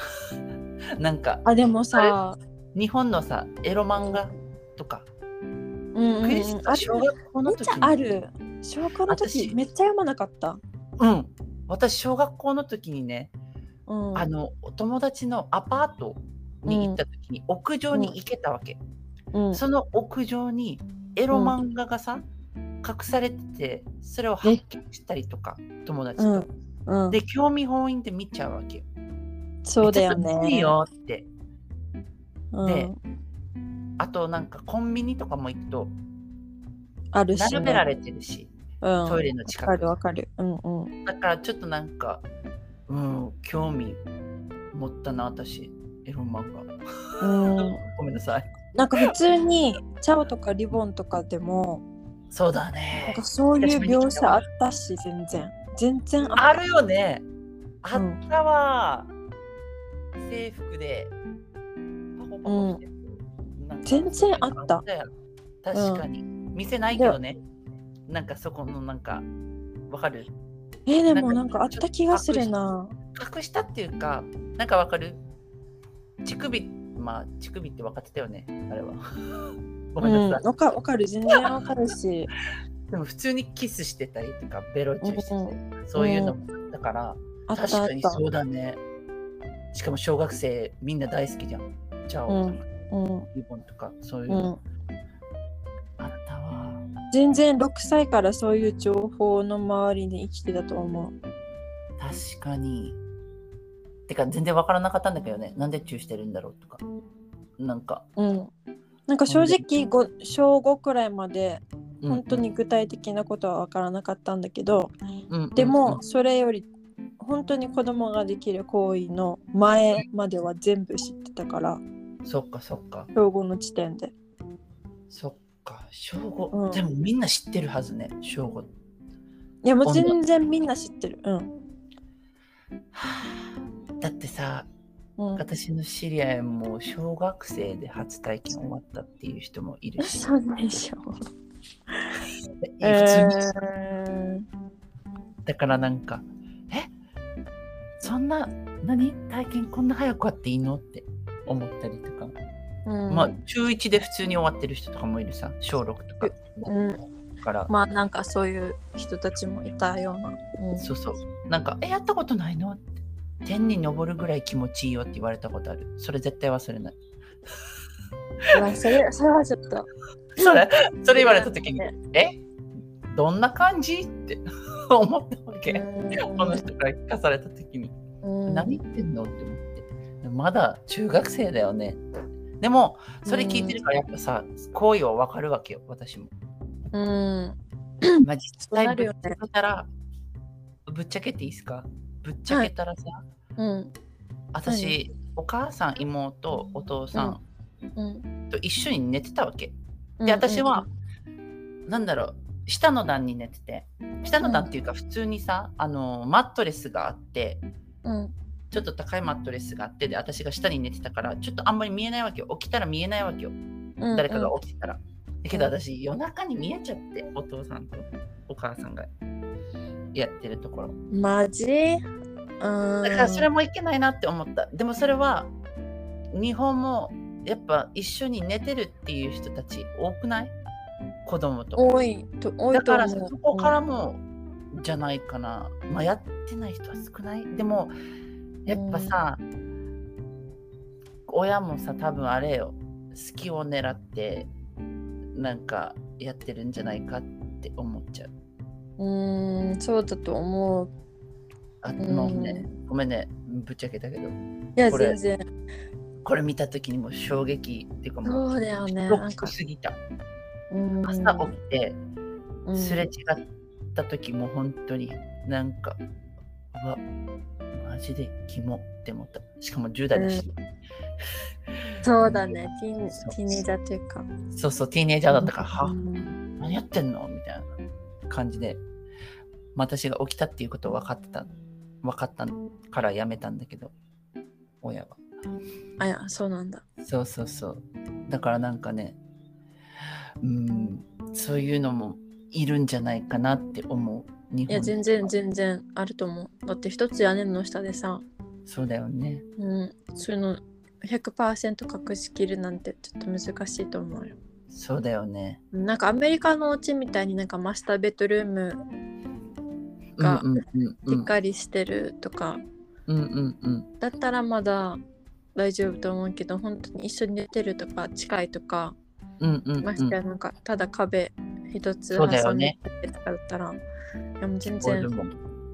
S2: <laughs> なんか
S1: あ、でもさ、
S2: 日本のさエロ漫画とか、
S1: うんうんうん、
S2: クリス
S1: あれ
S2: 小学校
S1: め
S2: の
S1: っ
S2: 時
S1: ちゃ
S2: に
S1: ある。小学校の時
S2: 私
S1: めっちゃ読まなかった。
S2: うん私小学校の時にね、
S1: うん、
S2: あのお友達のアパートに行った時に屋上に行けたわけ、
S1: うん、
S2: その屋上にエロ漫画がさ、隠されててそれを発見したりとか友達
S1: う
S2: と、
S1: んうん、
S2: で興味本位で見ちゃうわけよ。
S1: そうだよ
S2: えちょっと
S1: ね。
S2: 見るよって
S1: うん
S2: であとなんかコンビニとかも行くと
S1: あるし、ね、
S2: 並べられてるし、
S1: うん、
S2: トイレの
S1: わか
S2: 近く
S1: るわかる。うんうん。
S2: だからちょっとなんかうん興味持ったな私エロ漫画
S1: うん、
S2: ごめんなさい
S1: なんか普通にチャオとかリボンとかでも
S2: そうだ
S3: なん
S2: ね
S3: かそういう描写あったし全然全然あ
S2: あるよねあ
S3: うん
S2: ったわ、制服でパコパコしてる、なんか
S3: 全然あった
S2: よ確かに、見せないけどねなんかそこのなんかわかる
S3: えーでもなんかあった気がするな
S2: 隠したっていうかなんかわかる乳首まあ乳首って分かってたよね
S3: <laughs>
S2: あれはご
S3: う
S2: めん
S3: ん
S2: なさい、
S3: わかわかる全然わかるし
S2: でも普通にキスしてたりとかベロチューしてたりとかそういうのもあったから、
S3: あったあっ
S2: 確かに
S3: た
S2: そうだねしかも小学生みんな大好きじゃんチャ
S3: うん
S2: オ
S3: うん
S2: リボンとかそういう
S3: う
S2: の
S3: ん
S2: あったわ
S3: 全然6歳からそういう情報の周りに生きてたと思
S2: 確かにてか全然分からなかったんだけどねなんでチューしてるんだろうとかなんか
S3: ううんなんか正直ご小5くらいまで
S2: うん
S3: 本当に具体的なことはわからなかったんだけど、
S2: うん
S3: でもそれより本当に子供ができる行為の前までは全部知ってたから
S2: うんそっかそっか
S3: 小5の時点で
S2: そっか、小五、
S3: うん
S2: でもみんな知ってるはずね、小五。
S3: いやもう全然みんな知ってるうん
S2: だってさ、
S3: うん
S2: 私の知り合いも小学生で初体験終わったっていう人もいるし、
S3: そうでしょ
S2: 普通に
S3: え
S2: だからなんか、えそんな、何体験こんな早くあっていいのって思ったりとか、
S3: ーうん
S2: まあ中1で普通に終わってる人とかもいるさ、小6とか。
S3: うん、
S2: だから、
S1: まあなんかそういう人たちもいたような。うん
S2: そうそう。なんか、え、やったことないのって。天に昇るぐらい気持ちいいよって言われたことある。それ絶対忘れない。
S3: うわそれそれはちょっと
S2: それ、それ言われた時に、えどんな感じって思ったわけ。この人から聞かされた時に、
S3: うん
S2: 何言ってんのって思って。でもまだ中学生だよね。でも、それ聞いてるからやっぱさ、行為はわかるわけよ、私も。
S3: うん
S2: まあ、実
S1: うな
S2: 際
S1: る
S2: ぶ
S1: よ
S2: っ
S1: ね
S2: ちゃけたら、ぶっちゃけていいですかぶっちゃけたらさ、
S3: うん
S2: 私、お母さん、妹、お父さん
S3: うん
S2: と一緒に寝てたわけ。
S3: うん
S2: で私は、なんだろう下の段に寝てて下の段っていうか普通にさ、あのマットレスがあって
S3: うん
S2: ちょっと高いマットレスがあってで私が下に寝てたからちょっとあんまり見えないわけよ起きたら見えないわけよ
S3: うん
S2: 誰かが起きてたら、だけど私夜中に見えちゃってお父さんとお母さんがやってるところ
S3: マジうん
S2: だからそれもいけないなって思ったでもそれは日本もやっぱ一緒に寝てるっていう人たち多くない子供と
S3: 多いと多い
S2: だ
S3: と
S2: から
S3: 思う
S2: そこからもじゃないかな、まあ、やってない人は少ないでもやっぱさ、親もさ多分あれよ隙を狙ってなんかやってるんじゃないかって思っちゃう
S3: うんうんそうだと思う
S2: あもうねごめんねぶっちゃけたけど
S3: いや
S2: これ
S3: 全然
S2: これ見た時にもう衝撃っていうかもう
S1: そうだよね。
S2: ロ
S1: なん
S2: ッ
S1: か
S2: クすぎた
S3: うん
S2: 朝起きて
S3: うん
S2: すれ違った時も本当になんか、うわマジでキモって思ったしかも10代だし、
S1: そうだね。ティーン
S2: そう
S1: ティーネージャーというか。
S2: そうそうティーネイジャーだったから、
S3: う
S2: は
S3: ん
S2: 何やってんのみたいな感じで私が起きたっていうことを分かってた分かったからやめたんだけど親は
S1: あいや、そうなんだ。
S2: そうそうそうだからなんかねうんそういうのもいるんじゃないかなって思う日本
S1: いや、
S2: で
S1: 全然全然あると思う。だって一つ屋根の下でさ、
S2: そうだよね
S1: うん、そういうの100%隠しきるなんてちょっと難しいと思うよ。
S2: そうだよね
S1: なんかアメリカのお家みたいになんかマスターベッドルームが
S2: うんうんう
S1: し
S2: んう
S1: っ
S2: ん
S1: かりしてるとか、
S2: うんうんうん
S1: だったらまだ大丈夫と思うけど本当に一緒に寝てるとか近いとか
S2: うんうんうん
S1: ましてやなんかただ壁一つ
S2: そうだよ
S1: 挟ん
S2: ね
S1: でとかだったら、いやもう全
S2: 俺
S1: 然
S2: も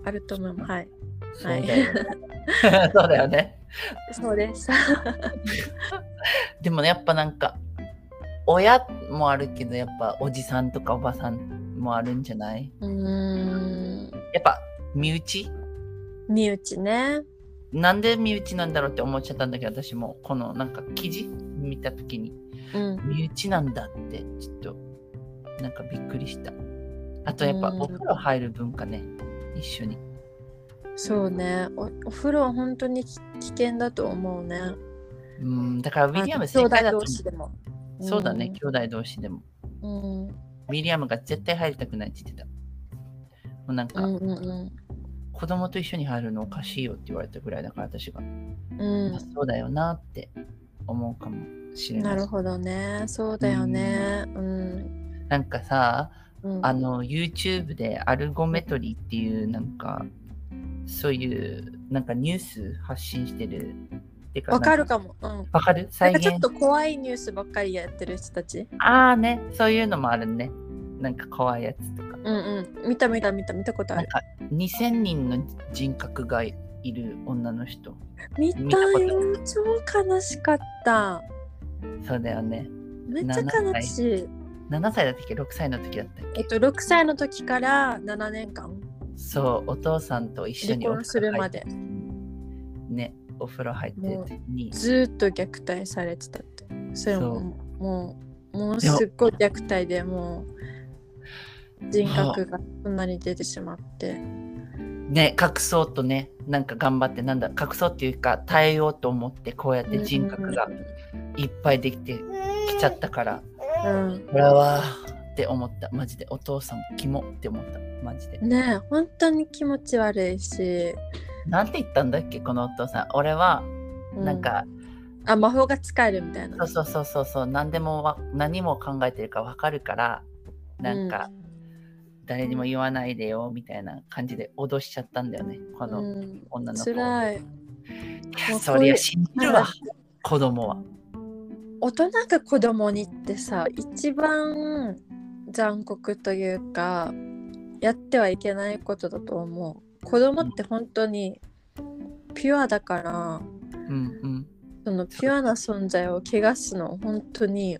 S1: あると思うはい
S2: そうだよねそうだよね
S1: そうです <laughs>
S2: でもねやっぱなんか親もあるけどやっぱおじさんとかおばさんもあるんじゃないう
S1: ーん
S2: やっぱ身内
S1: 身内ね
S2: なんで身内なんだろうって思っちゃったんだけど私もこのなんか記事見た時に
S1: うん
S2: 身内なんだってちょっとなんかびっくりしたあとやっぱ
S1: うん
S2: お風呂入る文化ね一緒に
S1: そうねおお風呂は本当にき危険だと思うね
S2: うんだからウィリアム
S1: あ兄
S2: 正解だ
S1: 弟
S2: と思
S1: 同士でも
S2: うそうだね、兄弟同士でも
S1: うん、
S2: ウィリアムが絶対入りたくないって言ってたもうなん
S1: う
S2: か、
S1: んうん
S2: 子供と一緒に入るのおかしいよって言われたぐらいだから私が、
S1: うん
S2: あそうだよなって思うかも
S1: う
S2: しれ
S1: ん
S2: な
S1: ないるほどねそうだよねうん、
S2: なんかさ
S1: うん、
S2: あの YouTube でアルゴメトリーっていうなんかそういうなんかニュース発信してるてか
S1: わか
S2: な
S1: る
S2: ん
S1: かもうん
S2: わかる
S1: な
S2: 再
S1: んかちょ
S2: 現
S1: っと怖いニュースばっかりやってる人たち
S2: ああねそういうのもあるねなんか怖いやつとか
S1: うんうん見た見た見た見たことあ
S2: なん
S1: る
S2: か2000人の人格がいる女の人
S1: 見た
S2: 見たことあ
S1: よ超悲しかった
S2: そうだよね
S1: めっちゃ悲しい
S2: 7歳だったっけ6歳の時だったっ
S1: えっ
S2: け
S1: と6歳の時から7年間
S2: そうお父さんと一緒に
S1: 離婚するまで
S2: ねお風呂入ってる時に
S1: ずーっと虐待されてたってそれも
S2: そう
S1: もうものすっごい虐待でもう人格がそんなに出てしまって
S2: ね隠そうとねなんか頑張ってなんだ隠そうっていうか耐えようと思ってこうやって人格がいっぱいできてきちゃったから
S1: うん
S2: これはって思ったマジでお父さんキモって思ったマジで
S1: ねえ本当に気持ち悪いし、
S2: なんて言ったんだっけこのお父さん俺は
S1: う
S2: なんか、
S1: あ魔法が使えるみたいな
S2: そうそうそうそうそう何でもわ何も考えてるかわかるからなんか、誰にも言わないでよみたいな感じで脅しちゃったんだよねこ
S1: う
S2: の
S1: ん、
S2: 女の子
S1: つらい
S2: い
S1: も
S2: や
S1: う
S2: そり
S1: こうい
S2: ゃ
S1: う
S2: 信じ
S1: な
S2: る
S1: ん
S2: わ
S1: か
S2: 子供は
S1: 大人が子供にってさ一番残酷というかやってはいけないことだと思う子供って本当にピュアだから
S2: うんうん
S1: そのピュアな存在を汚すの本当に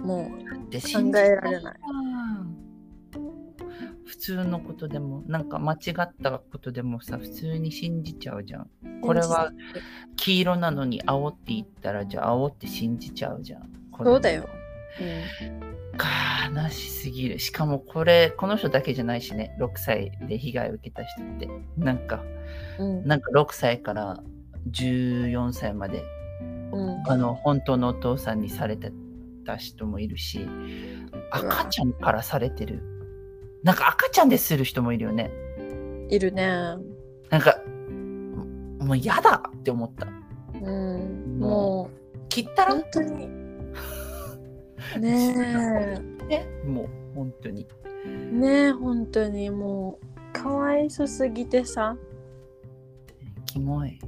S1: も
S2: で
S1: う考えられない
S2: 普通のことでもなんか間違ったことでもさ普通に信じちゃうじゃんこれは黄色なのに青って言ったらじゃあ青って信じちゃうじゃん
S1: そうだよ、
S2: 悲しすぎるしかもこれこの人だけじゃないしね6歳で被害を受けた人ってなんか
S1: うん
S2: なんか6歳から14歳まで
S1: うんうん
S2: あの本当のお父さんにされてた人もいるし赤ちゃんからされてるなんか赤ちゃんでする人もいるよね
S1: いるね
S2: なんかももう嫌だって思った
S1: うんもう
S2: 切ったら
S1: 本当にねえ
S2: ねもう本当に
S1: ねえ本当にもうかわいそすぎてさ
S2: キモい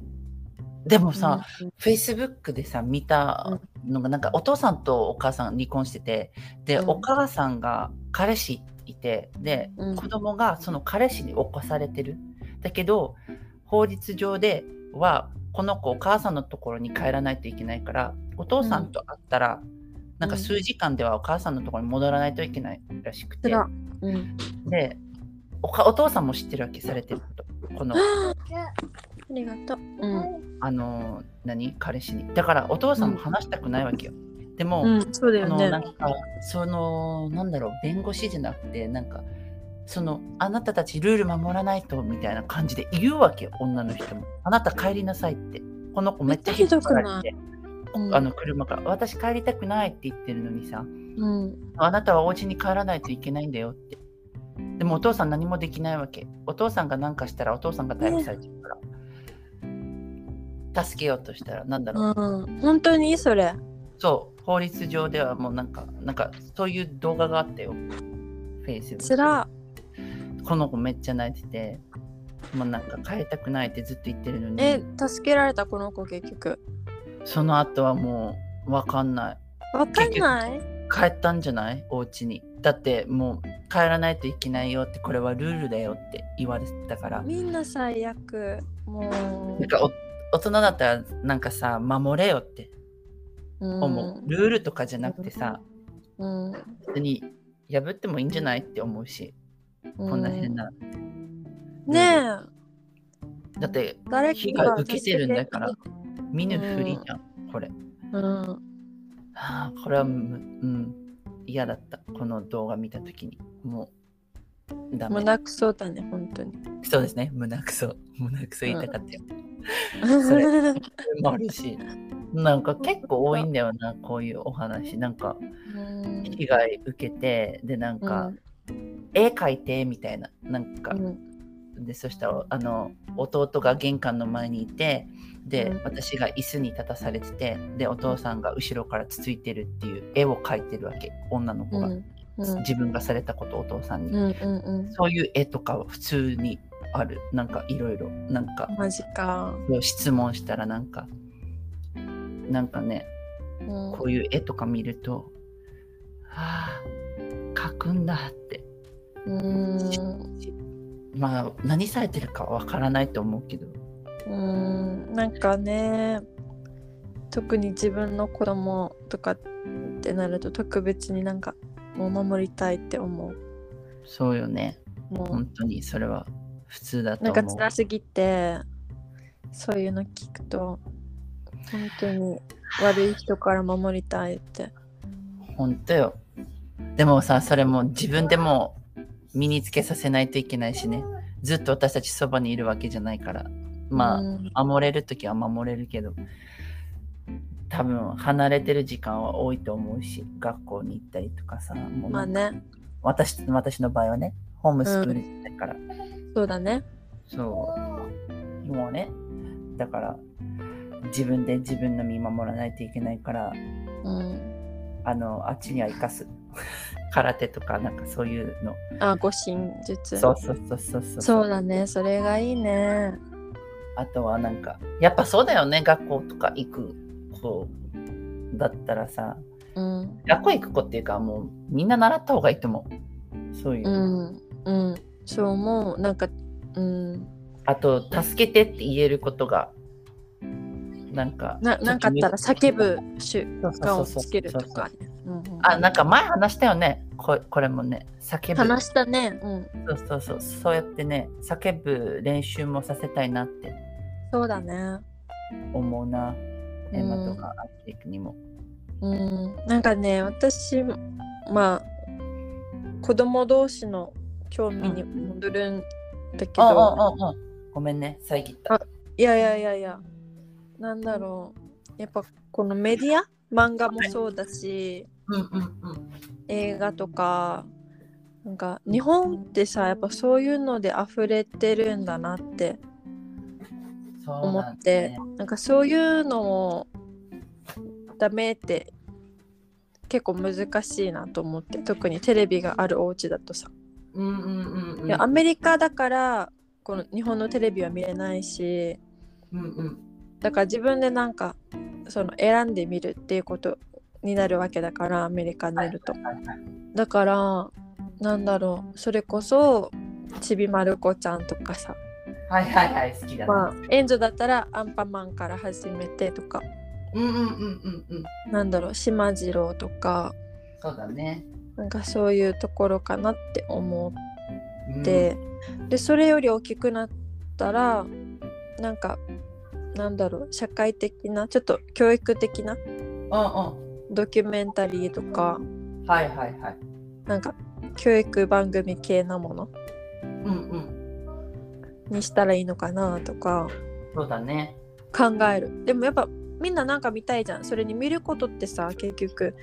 S2: でもさ、
S1: うん
S2: フェイスブックでさ見たのがなんかお父さんとお母さん離婚しててで、
S1: うん
S2: お母さんが彼氏いてで、
S1: うん
S2: 子供がその彼氏に起こされてるだけど法律上ではこの子お母さんのところに帰らないといけないからお父さんと会ったら、なんか数時間ではお母さんのところに戻らないといけないらしく
S1: つ
S2: て、
S1: らうん
S2: でおかお父さんも知ってるわけされてることこの
S1: ありがとううん
S2: あの何彼氏にだからお父さんも話したくないわけよ、でも、
S1: うんそうだ
S2: あ
S1: よ
S2: の
S1: ね
S2: なんかそのなんだろう弁護士じゃなくてなんかそのあなたたちルール守らないとみたいな感じで言うわけよ女の人もあなた帰りなさいってこの子めっちゃ
S1: めっちゃひどくない
S2: 引っ張られて
S1: うん
S2: あの車から私帰りたくないって言ってるのに
S1: う
S2: さ
S1: ん
S2: あなたはお家に帰らないといけないんだよってでもお父さん何もできないわけお父さんが何かしたらお父さんが逮捕されちゃうから助けようとしたらなんだろう
S1: うん本当にそれ
S2: そう、法律上ではもうなんか、なんかそういう動画があったよ。フェイス
S1: つら
S2: この子めっちゃ泣いてて、もうなんか変えたくないってずっと言ってるの
S1: え
S2: に、
S1: 助けられたこの子結局
S2: その後はもうわかんない。
S1: わかんない
S2: 帰ったんじゃないお家に。だってもう帰らないといけないよって、これはルールだよって言われてたから。
S1: みんな最悪も
S2: なんかお大人だったらなんかさ、守れよって
S1: ううん
S2: 思う。ルールとかじゃなくてさ、
S1: うん
S2: 別に破ってもいいんじゃないって思うし、こんな変な。
S1: うんね
S2: だって
S1: え誰
S2: 被
S1: か
S2: 害受けてるんだから見ぬふりじゃん、これ。
S1: うん
S2: ああこれはむ、うん、嫌だったこの動画見た時にもうダメ
S1: 胸くそだね本当に
S2: そうですね胸くそ胸くそ言いたかったよ、そ
S1: <laughs>
S2: れ
S1: うん
S2: もあるしなんか結構多いんだよなこういうお話なんか被害受けてでなんか、絵描いてみたいななんか、
S1: うん
S2: でそしたらあの弟が玄関の前にいてで、
S1: うん
S2: 私が椅子に立たされててでお父さんが後ろからつついてるっていう絵を描いてるわけ女の
S1: う
S2: 子
S1: ん
S2: が、
S1: うん
S2: 自分がされたことをお父さんに、
S1: うんうん
S2: そういう絵とかは普通にあるなんかいろいろなんか
S1: うんマジか、
S2: 質問したらなんかなんかね
S1: うん
S2: こういう絵とか見ると、ああ描くんだって
S1: うん
S2: まあ何されてるかわからないと思うけど
S1: うんなんかね特に自分の子供とかってなると特別になんかもう守りたいって思う
S2: そうよね
S1: もう
S2: 本当にそれは普通だと
S1: なんか
S2: 思う
S1: 辛すぎてそういうの聞くと本当に悪い人から守りたいって
S2: 本当よでもさそれも自分でも身につけさせないといけないしねずっと私たちそばにいるわけじゃないからま
S1: うん
S2: あ守れる時は守れるけど多分離れてる時間は多いと思うし学校に行ったりとかさもう
S1: まあね
S2: 私私の場合はねホームスクールだから、
S1: そうだね
S2: そう。もうね、だから、自分で自分の身守らないといけないから、
S1: うん
S2: あの、あっちには生かす。 <laughs> 空手とか、なんかそういうの。
S1: あ護身術
S2: そうそうそうそうそう。
S1: そうだねそれがいいね
S2: あとはなんか、やっぱそうだよね、学校とか行く子だったらさ、
S1: うん
S2: 学校行く子っていうか、もうみんな習った方がいいと思う。そういう。
S1: うんうんそう思うなんかうん
S2: あと、助けてって言えることが、なんか、
S1: ななんかあったら叫ぶ習
S2: そうそう
S1: 慣
S2: そ
S1: を
S2: うそう
S1: つけるとかうんうん
S2: あなんか前話したよねここれもね叫ぶ
S1: 話したねうん
S2: そうそうそうそうやってね叫ぶ練習もさせたいなって
S1: そうだね
S2: 思うな
S1: うん
S2: エマとかアイテクにも
S1: うん、なんかね私まあ子供同士の興味に戻るんだけ
S2: ああ
S1: ど、
S2: ああごめんね遮った
S1: あいやいやいやいやなんだろうやっぱこのメディア漫画もそうだし
S2: うんうんうん
S1: 映画とかなんか日本ってさやっぱそういうので溢れてるんだなって
S2: そう
S1: 思
S2: な
S1: っ
S2: んだ
S1: て
S2: ね
S1: なんかそういうのもダメって結構難しいなと思って特にテレビがあるお家だとさ、
S2: うんうんうんうん
S1: いやアメリカだからこの日本のテレビは見れないし
S2: うんうん
S1: だから自分でなんかその選んでみるっていうことになるわけだからアメリカにいると、
S2: はいはい
S1: だからなんだろうそれこそちびまる子ちゃんとかさ、
S2: はいはいはい好きだ
S1: まあ
S2: な、
S1: 援助だったらアンパンマンから始めてとか
S2: うんうんうんうんうん
S1: なんだろう島次郎とか
S2: そうだね
S1: なんかそういうところかなって思
S2: うん
S1: って、でそれより大きくなったらなんかなんだろう社会的なちょっと教育的な
S2: うんうん
S1: ドキュメンタリーとか
S2: はいはいはい
S1: なんか教育番組系なもの
S2: うんうん
S1: にしたらいいのかなとか
S2: そうだね
S1: 考えるでもやっぱみんななんか見たいじゃんそれに見ることってさ結局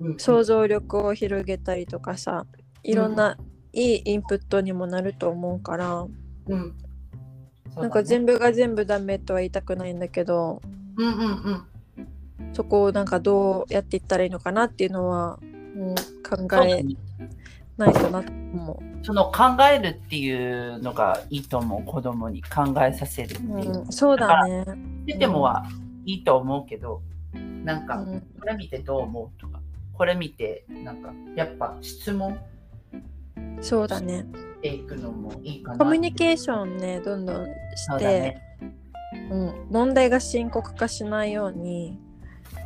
S2: うんうん
S1: 想像力を広げたりとかさいろんないいインプットにもなると思うから、
S2: うんそうだね
S1: なんか全部が全部ダメとは言いたくないんだけど
S2: うんうんうん
S1: そこをなんかどうやっていったらいいのかなっていうのは、うん、考
S2: そうだ
S1: え
S2: ね
S1: ないとなと思、
S2: その考えるっていうのがいいと思う子供に考えさせるっていうう、
S1: うん、そうだね、
S2: 出てもはいいと思うけどなん
S1: う
S2: か
S1: ん、
S2: これ見てどう思うとかこれ見てなんかやっぱ質問
S1: そうだね
S2: していくのもいいかな
S1: コミュニケーションねどんどん
S2: そ
S1: し
S2: う
S1: て、
S2: だね
S1: うん、問題が深刻化しないように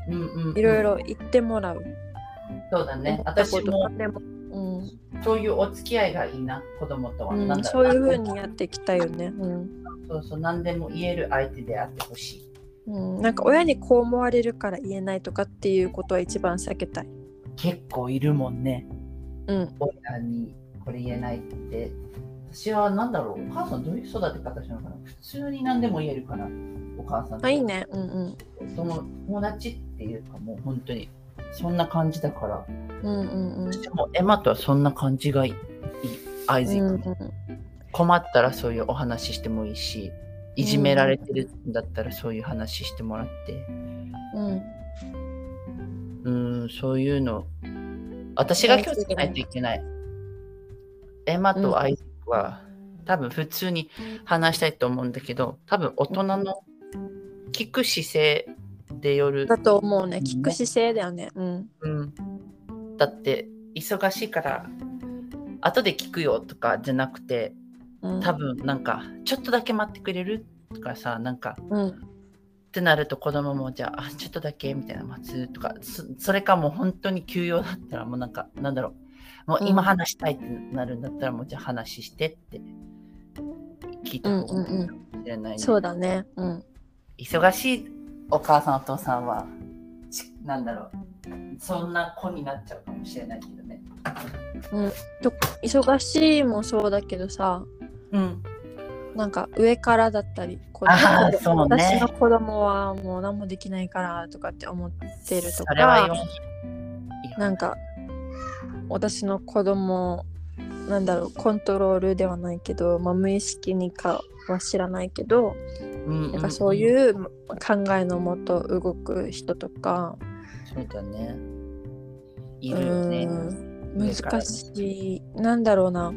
S2: うんうんうん
S1: いろいろ言ってもらう、
S2: そうだね
S1: 思った
S2: 私
S1: こと
S2: も
S1: でも、うん
S2: そういうお付き合いがいいな子供とは、
S1: うん
S2: なんだ
S1: そう
S2: ろ
S1: いう風にやっていきたいよね、うん
S2: そうそう何でも言える相手であってほしい
S1: うん、なんか親にこう思われるから言えないとかっていうことは一番避けたい
S2: 結構いるもんね
S1: うん
S2: 親にこれ言えないって私は何だろうお母さんどういう育て方したのかな普通に何でも言えるからお母さん
S1: あいいねうんうん
S2: その友達っていうかもう本当にそんな感じだから
S1: うんうんうん
S2: 私もエマとはそんな感じがいいアイゼックも、困ったらそういうお話ししてもいいしいじめられてるんだったらそういう話してもらって
S1: うんうん
S2: うんそういうの私が気をつけないといけないエマとアイゼックは、多分普通に話したいと思うんだけど多分大人の聞く姿勢でよる
S1: だと思うね
S2: うん
S1: 聞く姿勢だよねうん
S2: うん、だって忙しいから後で聞くよとかじゃなくて
S1: うん
S2: 多分なんかちょっとだけ待ってくれるとかさなんか
S1: うん
S2: ってなると子供もじゃああちょっとだけみたいな待つとかそそれかもう本当に休養だったらもうなんかなんだろうもう
S1: う
S2: 今
S1: ん
S2: 話したいってなるんだったらもうじゃあ話してって聞いた方がいいかもしれないね
S1: そうだねうん
S2: 忙しいお母さんお父さんはしなんだろうそんな子になっちゃうかもしれないけどね
S1: 忙しいもそうだけどさ
S2: うん
S1: なんか上からだったりこ
S2: あーそうね
S1: 私の子供はもう何もできないからとかって思ってると
S2: それは
S1: か
S2: よ
S1: なんか私の子供なんだろうコントロールではないけど、まあ、無意識にかは知らないけどなんかそう
S2: うん、
S1: いう考えのもと動く人とか、
S2: そうだねいるよね
S1: うん
S2: 上から
S1: 難しいなんだろうな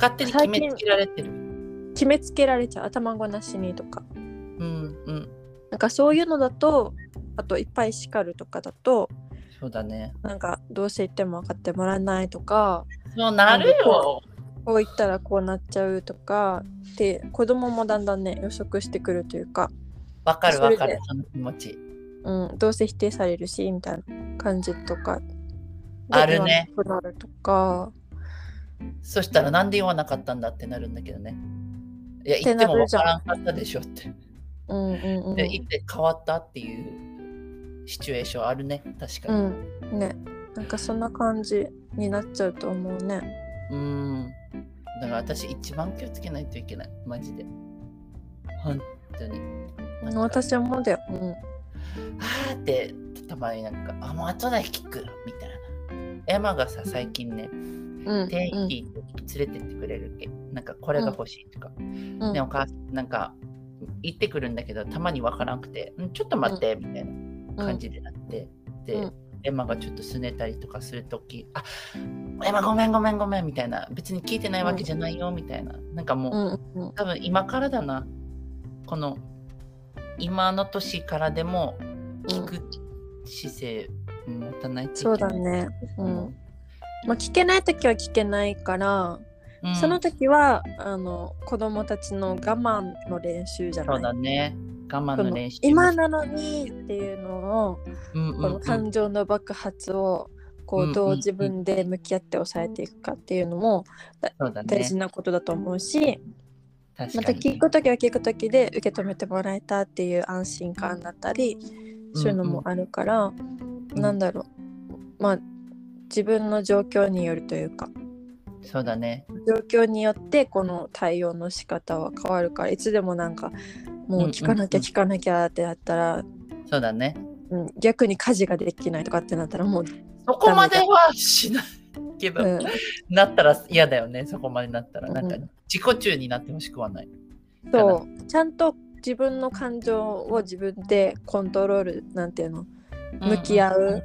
S2: 勝手に決めつけられてる
S1: 決めつけられちゃう頭ごなしにとか
S2: うんうん
S1: なんかそういうのだとあといっぱい叱るとかだと
S2: そうだね
S1: なんかどうせ言っても分かってもらえないとか
S2: そうなるよ
S1: こう言ったらこうなっちゃうとかで子供もだんだんね予測してくるというか、
S2: わかるわか
S1: それで
S2: るその気持ち
S1: うん、どうせ否定されるしみたいな感じとかで
S2: あるね
S1: 言わなくなるとか
S2: そしたらなんで言わなかったんだってなるんだけどねいや
S1: て
S2: 言って
S1: な
S2: もわ
S1: るじゃ
S2: か
S1: ん
S2: らんかったでしょって
S1: うんうんうん
S2: で言って変わったっていうシチュエーションあるね確か
S1: う
S2: に
S1: んねなんかそんな感じになっちゃうと思うね
S2: うん。だから私一番気をつけないといけない。マジで。本当に。なんか
S1: 私はもうだよ、うん、
S2: はーってたまになんか、あ、もう後で聞くみたいな。エマがさ、最近ね、
S1: うん
S2: 定期連れてってくれるっけ、なんかこれが欲しいとか。
S1: うん
S2: ね、お母さん、なんか、言ってくるんだけど、たまにわからなくて、んちょっと待って、みたいな感じでなって。で、
S1: うん
S2: エマがちょっとすねたりとかするとき、あエマごめんごめんごめんみたいな、別に聞いてないわけじゃないよみたいな、なんかもう、
S1: うんうん
S2: 多分今からだなこの今の年からでも聞く姿勢持たないといけ
S1: そ
S2: な
S1: う
S2: い
S1: だね、う
S2: うん
S1: んまあ、聞けない時は聞けないから、その時はあの子供たちの我慢の練習じゃ
S2: そう
S1: な
S2: だ
S1: い
S2: ね我慢
S1: そ
S2: の
S1: の
S2: 練習
S1: 今なのにっていうのを、
S2: うんうん
S1: こ
S2: う
S1: の
S2: ん
S1: 感情の爆発をこ
S2: うん
S1: うど
S2: うんう
S1: うん自分で向き合って抑えていくかっていうのも
S2: そうだね
S1: 大事なことだと思うし、
S2: 確か
S1: ま
S2: に
S1: た聞く時は聞く時で受け止めてもらえたっていう安心感だったりそういうのもあるから、
S2: うん
S1: なんだろうまあ自分の状況によるというか
S2: そうだね
S1: 状況によってこの対応の仕方は変わるからいつでもなんかもう聞かなきゃ
S2: うんうんうん
S1: 聞かなきゃってなったら、
S2: そうだね
S1: うん逆に家事ができないとかってなったらもう、
S2: そこまではしないけど、
S1: うん
S2: なったら嫌だよねそこまでなったらなんか
S1: うん
S2: 自己中になってほしくはない
S1: そうちゃんと自分の感情を自分でコントロールなんていうの向き合う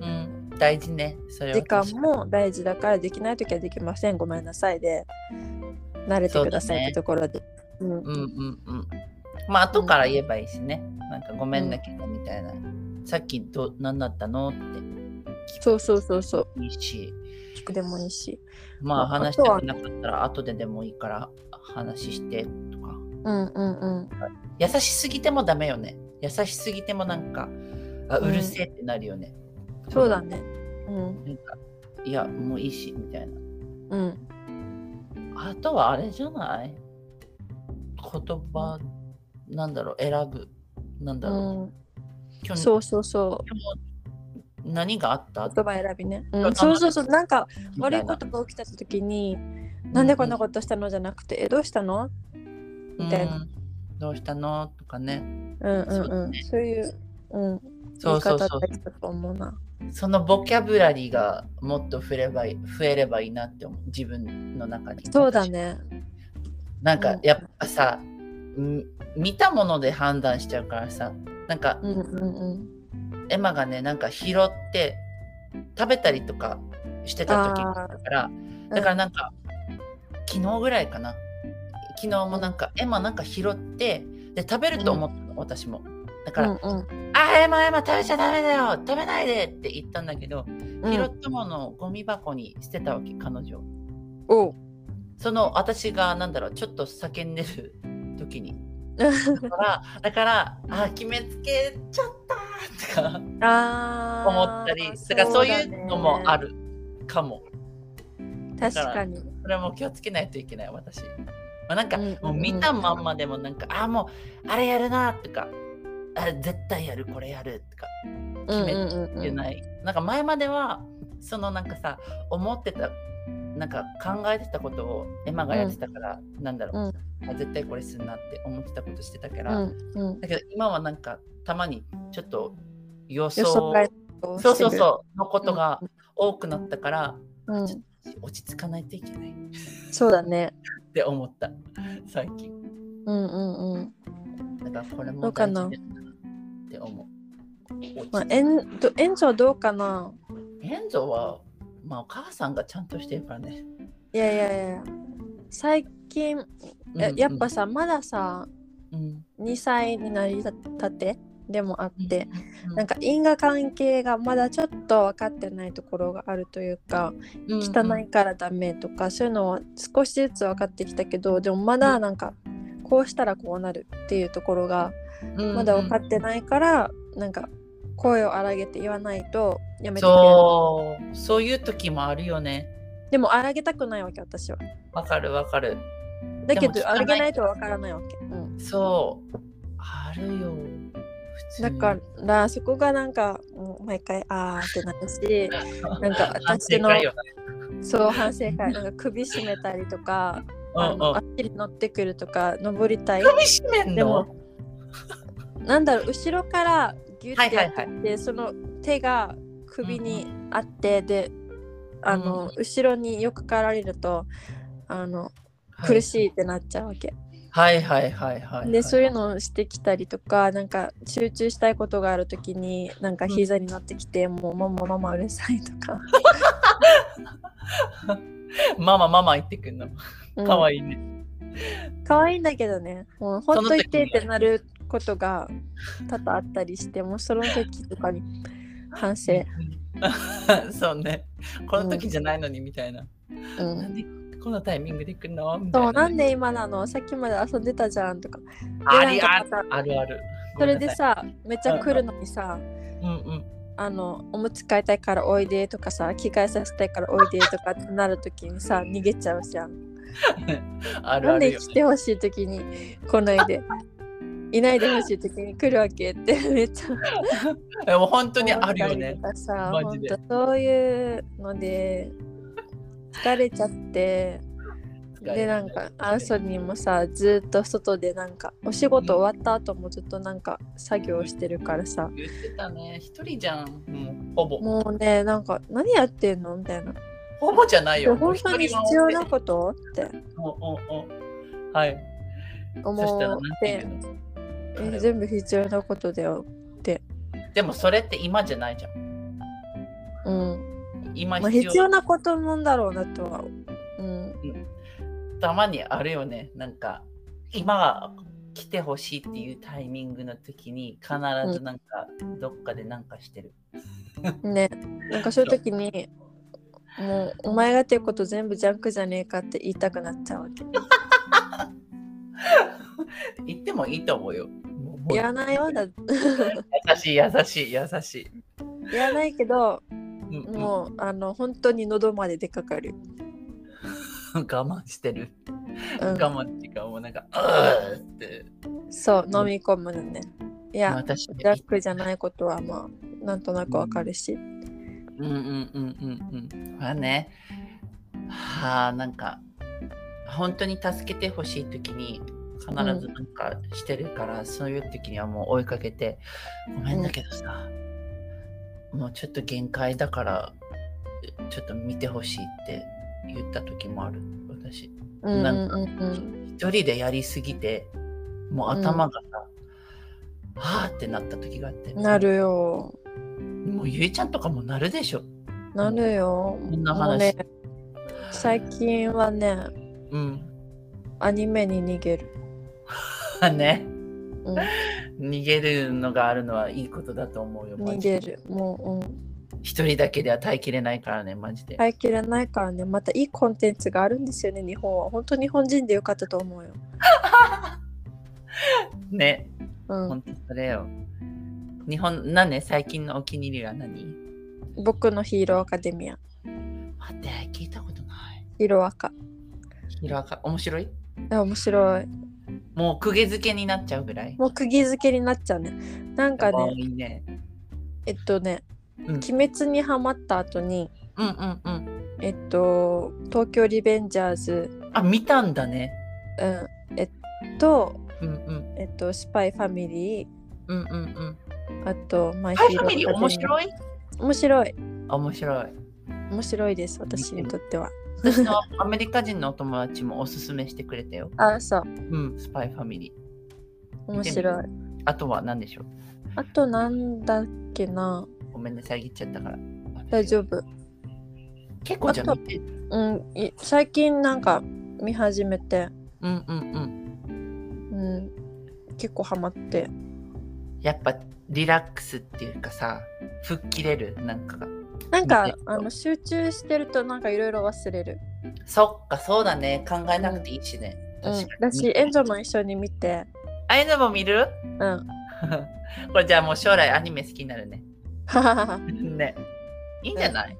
S2: うん、うん大事ねそれは
S1: 時間も大事だからできない時はできませんごめんなさいで慣れてくださいってところでう,、
S2: うんうんうん。まあ後から言えばいいしね。なんかごめんだけどみたいな。さっきど何だったのって
S1: そうそうそうそう
S2: いいし、
S1: 聞くでもいいし
S2: まあ
S1: まあ
S2: 話したくなかったら後ででもいいから話してとか。
S1: うんうんうん
S2: 優しすぎてもダメよね。優しすぎてもなんか、あ
S1: うん
S2: うるせえってなるよね。
S1: そうだねうん
S2: なんか、いや、もういいしみたいな。
S1: うん
S2: あとはあれじゃない言葉、なんだろう、選ぶ。なんだ
S1: う
S2: ろう。
S1: ん
S2: 今日
S1: そうそうそ
S2: 今日何があった
S1: 言葉選びね、
S2: ん
S1: そうそうそうなんか
S2: みた
S1: 悪い
S2: いな
S1: ことが起きた時になんでこんなことしたのじゃなくて、えどうしたのみたいな、
S2: うんどうしたのとかね
S1: うんうん
S2: そう
S1: う
S2: だ
S1: ん
S2: ね
S1: そういう、うん、言
S2: そう
S1: い
S2: そ
S1: 方
S2: うそ
S1: だ
S2: う
S1: ったと思うな
S2: そのボキャブラリーがもっと増えればいい増えればいいなって思う自分の中に
S1: そうだね
S2: なん
S1: う
S2: か
S1: ん
S2: やっぱさ、ん見たもので判断しちゃうからさなんか
S1: うんうんうん
S2: エマがねなんか拾って食べたりとかしてた時
S1: あ
S2: だ
S1: ー
S2: からだからなんか、昨日ぐらいかな昨日もなんかエマなんか拾ってで食べると思ったの、私もだから「
S1: うん
S2: あーエマエマ食べちゃダメだよ食べないで!」って言ったんだけど、
S1: うん
S2: 拾ったものをゴミ箱に捨てたわけ彼女
S1: おう
S2: その私がなんだろうちょっと叫んでる
S1: <laughs>
S2: 時にだからだからあー決めつけちゃったとか
S1: あー
S2: 思ったりだからそういうのもあるかも
S1: そうだね確かに
S2: それも気をつけないといけない私、まあ、なんか、
S1: うんうん
S2: もう見たまんまでもなんかあーもうあれやるなとかあ絶対やるこれやるとか決め
S1: うんうんうんうん
S2: 言えない、なんか前まではそのなんかさ思ってたなんか考えてたことをエマがやってたから、なんだろう、あ絶対これするなって思ってたことしてたから、
S1: うんうん
S2: だけど今はなんかたまにちょっと予想
S1: 予想外を
S2: そうそ
S1: し
S2: う
S1: てる
S2: そうのことが多くなったから、
S1: うん、
S2: 落ち着かないといけないっ
S1: そうだね
S2: て思った最近
S1: うんうんうん
S2: だからこれ
S1: ど
S2: も
S1: うか
S2: 大事
S1: な
S2: だなって思う
S1: まあ
S2: 落、ち
S1: えんど園長どうかな
S2: エンゾはまあお母さんがちゃんとしてるからね、
S1: いやいやいや最近
S2: うん
S1: え
S2: うん
S1: やっぱさまださ
S2: うん
S1: 2歳になりたてでもあって、
S2: うん
S1: なんか因果関係がまだちょっと分かってないところがあるというか、
S2: うん
S1: 汚いからダメとかそういうのは少しずつ分かってきたけどでもまだなんかこうしたらこうなるっていうところが
S2: うん
S1: まだ分かってないから、なんか声を荒げて言わないとやめてくれない
S2: そうそういう時もあるよね
S1: でも荒げたくないわけ私は
S2: わかるわかる
S1: だけ
S2: でも聞
S1: ど
S2: かない
S1: 荒げないと分からないわけ、うん、
S2: そうあるよ普通
S1: だ
S2: に
S1: からそこがなんかもう毎回あーってなるしなんか
S2: 反省
S1: 私の
S2: 会よ
S1: そう反省会なんか首絞めたりとかあ
S2: うんう
S1: のあ
S2: ん
S1: っちに乗ってくるとか登りたい
S2: 首絞めん
S1: で
S2: の
S1: もなんだろう後ろからギュッてやってきて、
S2: はい
S1: その手が首にあって、であの、
S2: うん
S1: 後ろによくかられるとあの
S2: はい
S1: 苦しいってなっちゃうわけ、
S2: はいはいはいはい
S1: でそういう
S2: う
S1: のをしてきたりとかなんか集中したいことがある時になんか膝に乗ってきて、もうママママうるさいとか、
S2: ママママ言ってくんの
S1: うん、
S2: <laughs> かわいいね、
S1: 可愛いんだけどねもうほっといてってなることが多々あったりしてもうその時とかに反省、
S2: <laughs> そうねこの時じゃないのにみたいな、
S1: う
S2: なん
S1: ん、
S2: でこのタイミングで来るのみたいな
S1: そうなんで今なのさっきまで遊んでたじゃんとか
S2: あり
S1: な
S2: あ
S1: んかま
S2: あるある
S1: それで
S2: ご
S1: さめっちゃ来るのにさ
S2: めんなさいうんうん
S1: あのおむつ替えたいからおいでとかさ着替えさせたいからおいでとかってなるときにさ逃げちゃうじゃん
S2: ある
S1: な
S2: あ
S1: ん
S2: る
S1: で
S2: よ
S1: 来てほしいときに来ないでいないでほしいときに来るわけって <laughs> めっちゃ
S2: でも本当に
S1: 思
S2: あ
S1: っ
S2: る
S1: た
S2: よ
S1: り
S2: ね
S1: とかさ
S2: マジで
S1: 本当そういうので疲れちゃってでなんかアンソニーもさずっと外でなんかお仕事終わった後もずっとなんか作業してるからさ
S2: 言ってたね一人じゃんもうほぼ
S1: もうねなんか何やってんのみたいな
S2: ほぼじゃないよもう
S1: 本
S2: 一
S1: 当に
S2: 人は
S1: 必要なことって
S2: おうおうおうはいそ
S1: 思
S2: したら
S1: っ
S2: なんて
S1: て
S2: 言うの彼
S1: え
S2: は
S1: 全部必要なことだよ
S2: でもそれって今じゃないじゃん
S1: うん、
S2: 今
S1: まあ、
S2: 必要
S1: 必要なことなんだろうなとはうん
S2: たまにあるよねなんか今来てほしいっていうタイミングの時に必ずなんかどっかでなんかしてる、
S1: ねなんかそういう時にもうお前がやってること全部ジャンクじゃねえかって言いたくなっちゃうわけ
S2: 言ってもいいと思うよ
S1: いらないよだ
S2: 優しい優しい優しい、
S1: いらないけど
S2: うんうん
S1: もうあの本当に喉まで出かかる、
S2: <laughs> 我慢してる、
S1: うん
S2: 我慢っていうかもうなんか「うーって
S1: そう飲み込むのねいや
S2: 私
S1: ジャンクじゃないことはまあなんとなくわかるし
S2: うんうんうんうんうん。まあね。はあ、なんか、本当に助けてほしいときに、必ずなんかしてるから、そういう時にはもう追いかけて、ごめんだけどさ、もうちょっと限界だから、ちょっと見てほしいって言った時もある、私。
S1: うんう
S2: なんん
S1: う
S2: か
S1: ん
S2: 一人でやりすぎて、もう頭がさ、はあってなった時があって。
S1: うんな。るよ
S2: もうゆいちゃんとかもなるでしょ。
S1: なるよ
S2: こんな
S1: もう
S2: 話。
S1: ね最近はね
S2: うん。
S1: アニメに逃げる、
S2: ね。
S1: うん、
S2: 逃げるのがあるのはいいことだと思うよ。マ
S1: 逃
S2: ジ
S1: げ
S2: で
S1: るもう、うん、
S2: 一人だけでは耐えきれないからね、マジで。
S1: 耐えきれないからねまたいいコンテンツがあるんですよね日本は本当日本人でよかったと思うよ、
S2: ね、
S1: う
S2: 本当それよ。日本、なんね、最近のお気に入りは何
S1: ん、僕のヒーローアカデミア
S2: 待って、聞いたことない。
S1: ヒーローアカ
S2: ヒロアカ、面白い
S1: いや面白い
S2: もう釘付けになっちゃうぐらい。
S1: もう釘付けになっちゃうねなんか
S2: 多
S1: ね
S2: いね。
S1: えっとね「
S2: うん
S1: 鬼滅」にハマった後に
S2: うんうんうん。
S1: えっと「東京リベンジャーズ
S2: あ、見たんだね。」
S1: うんえっと
S2: うんうん。
S1: えっと「スパイファミリー
S2: うんうんうん。」
S1: あと「マイ
S2: ハイファミリー
S1: アカデミア
S2: 面白い
S1: 面白い
S2: 面白い。
S1: 面白いです私にとっては
S2: 私のアメリカ人のお友達もおすすめしてくれたよ。
S1: あそう
S2: うん、スパイファミリー。
S1: 面白い
S2: あとは何でしょう
S1: あとなんだっけな
S2: ごめんね、遮っちゃったから。
S1: 大丈夫
S2: 結構じゃ
S1: あ
S2: あ
S1: と
S2: 見て。
S1: うんい最近なんか見始めて、
S2: うんうんうん。
S1: うん、結構ハマって
S2: やっぱリラックスっていうかさ、吹っ切れるなんかが。
S1: なんか
S2: 見てると
S1: あの集中してるとなんかいろいろ忘れる、
S2: そっか、そうだね。考えなくていいしね。
S1: うん
S2: 確か、に。
S1: だしエンジョも一緒に見て
S2: ああいうのも見る <laughs>
S1: うんは
S2: これじゃあもう将来アニメ好きになるね。 <laughs>
S1: ははは
S2: ね。いいんじゃない、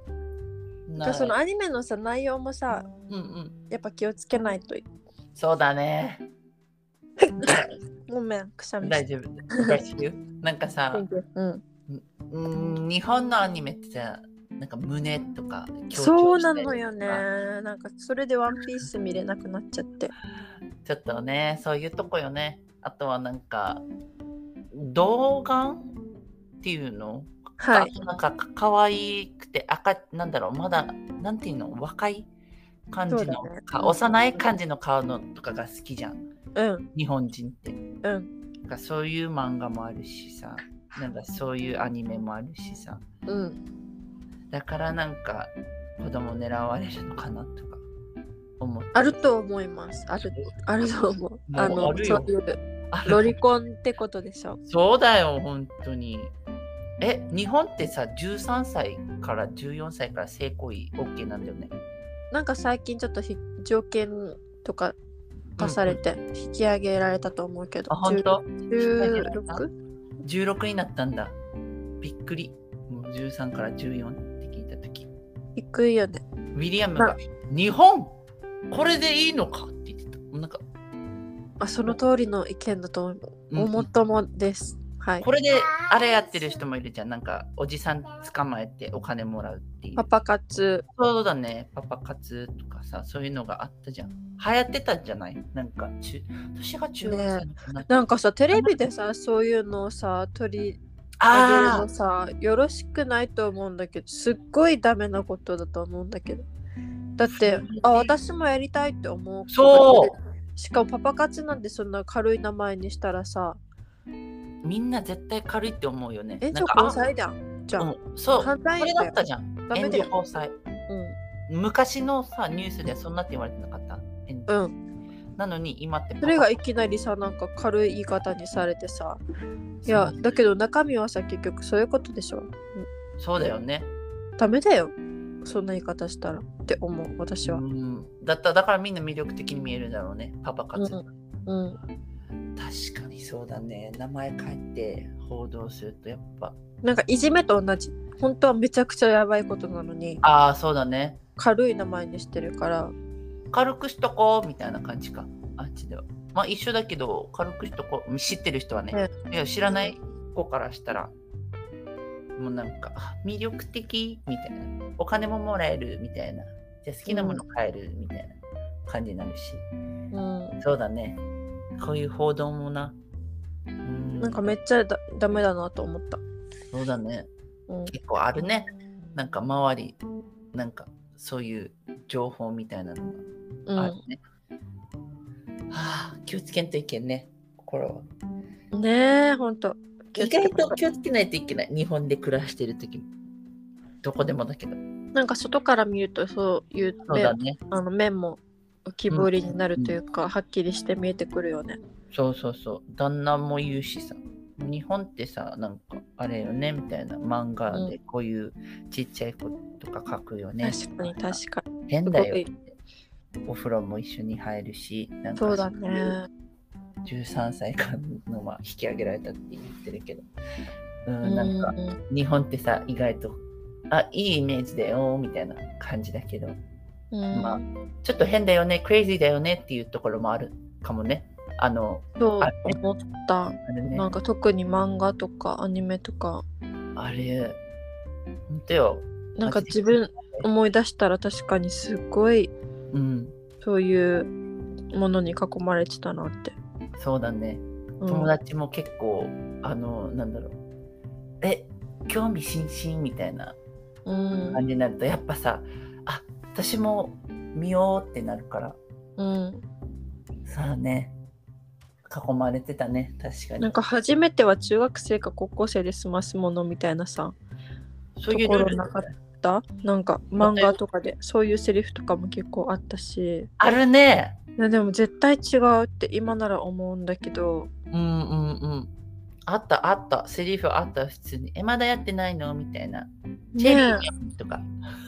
S2: な
S1: じゃあそのアニメのさ内容もさ
S2: うんうん。
S1: やっぱ気をつけないと
S2: そうだね。
S1: ごめんくしゃみ
S2: 大
S1: して
S2: 丈夫。Bless you
S1: <laughs>
S2: なんかさ、
S1: うん、
S2: うん日本のアニメってさなんか胸とか強調したり
S1: そうなのよねなんかそれでワンピース見れなくなっちゃって
S2: ちょっとねそういうとこよねあとはなんか童顔っていうの、
S1: は
S2: あ
S1: い
S2: となんか可愛くて赤なんだろうまだなんていうの若い感じ
S1: そ
S2: の
S1: うだね
S2: か、
S1: うん
S2: 幼い感じの顔のとかが好きじゃん
S1: うん
S2: 日本人って
S1: うん
S2: なんかそういう漫画もあるしさなんかそういうアニメもあるしさ
S1: うん
S2: だからなんか子供狙われるのかなとか思って
S1: あると思いますあるあると思うあの
S2: ある
S1: そ
S2: よ
S1: ういう
S2: ある
S1: ロリコンってことでしょ
S2: そうだよ本当にえ日本ってさ13歳から14歳から性行為 OK なんだよね
S1: なんか最近ちょっとひ条件とか課されて引き上げられたと思うけど、
S2: あ本当
S1: 10
S2: 16になったんだびっくりもう13から14って聞いた時
S1: 低いよね
S2: ウィリアムが「日本これでいいのか?」って言ってたなんか、
S1: あその通りの意見だと思う
S2: うん
S1: 思っともです、はい
S2: これであれやってる人もいるじゃんなんかおじさん捕まえてお金もらうっていう
S1: パパ活
S2: そうだね、パパ活とかさ、そういうのがあったじゃん。流行ってたんじゃないなんか、中私が中学生のかな。
S1: なんかさテレビでさそういうのをさ取り上げる
S2: あ
S1: のさよろしくないと思うんだけどすっごいダメなことだと思うんだけどだってあ私もやりたいって思う子が
S2: そう
S1: いるしかもパパ活なんてそんな軽い名前にしたらさ
S2: あ、みんな絶対軽いって思うよね。
S1: えじ
S2: な
S1: ゃ
S2: んか
S1: あ交際だじゃ
S2: あ
S1: あ、
S2: うんそう、
S1: 犯罪だ
S2: これ
S1: よ
S2: だったじゃん。
S1: ダメ
S2: 援
S1: だ
S2: 助
S1: よ
S2: 交際。昔のさ、ニュースではそんなって言われてなかった。援
S1: う
S2: 助
S1: んうん
S2: なのに、今ってパパ
S1: それがいきなりさなんか軽い言い方にされてさいや
S2: そう
S1: だけど中身はさ結局そういうことでしょ
S2: そうだよね。
S1: ダメだよそんな言い方したらって思う私
S2: う
S1: は
S2: ん、だっただからみんな魅力的に見えるだろうね、パパ活。
S1: うんうん
S2: 確かにそうだね。名前変えて報道すると、やっぱ。
S1: なんかいじめと同じ本当はめちゃくちゃやばいことなのに
S2: ああ、そうだね。
S1: 軽い名前にしてるから
S2: 軽くしとこうみたいな感じかあっちではまあ一緒だけど軽くしとこう知ってる人はね、いや知らない子からしたらもうなんかあ魅力的みたいなお金ももらえるみたいなじゃあ好きなもの買えるみたいな感じになるし、
S1: うん、
S2: そうだねこういう報道もな、うん、
S1: なんかめっちゃだダメだなと思った、
S2: そうだね
S1: うん、
S2: 結構あるねなんか周りなんかそういう情報みたいなの
S1: うん
S2: があるね、はあ気をつけんといけんね心は
S1: ねえほんと
S2: 意外と気をつけないといけない日本で暮らしてる時もどこでもだけど
S1: なんか外から見るとそういう
S2: そうだね
S1: あの面も浮き彫りになるというか、はっきりして見えてくるよね。
S2: そうそうそう旦那も言うしさ日本ってさなんかあれよねみたいな漫画でこういうちっちゃい子とか描くよね、
S1: 確かに確かに。
S2: 変だよ
S1: す
S2: お風呂も一緒に入るしなんか
S1: そうだね。
S2: 13歳からのまあ引き上げられたって言ってるけど、
S1: う
S2: う、
S1: んん
S2: なんか日本ってさ意外とあいいイメージだよみたいな感じだけど、
S1: うん
S2: まあちょっと変だよねクレイジーだよねっていうところもあるかもねあの
S1: そう
S2: あ
S1: 思った。
S2: あれね
S1: なんか特に漫画とかアニメとか、
S2: あれ本当よ
S1: なんか
S2: マジ
S1: 自
S2: で
S1: 分思い出したら確かにすごい
S2: うん
S1: そういうものに囲まれてたなって。
S2: そうだね
S1: うん
S2: 友達も結構、あのなんだろうえ興味津々みたいな
S1: うん
S2: 感じになるとやっぱさあ私も見ようってなるから
S1: うん、
S2: そうね囲まれてたね確かに
S1: なんか初めては中学生か高校生で済ますものみたいなさ
S2: そういう
S1: と
S2: ルール
S1: ころなかったなんか漫画とかでそういうセリフとかも結構あったし
S2: あるね
S1: いやでも絶対違うって今なら思うんだけど
S2: うんうんうんあったあったセリフあった普通に「えまだやってないの?」みたいな「チェリー
S1: ね
S2: やんとか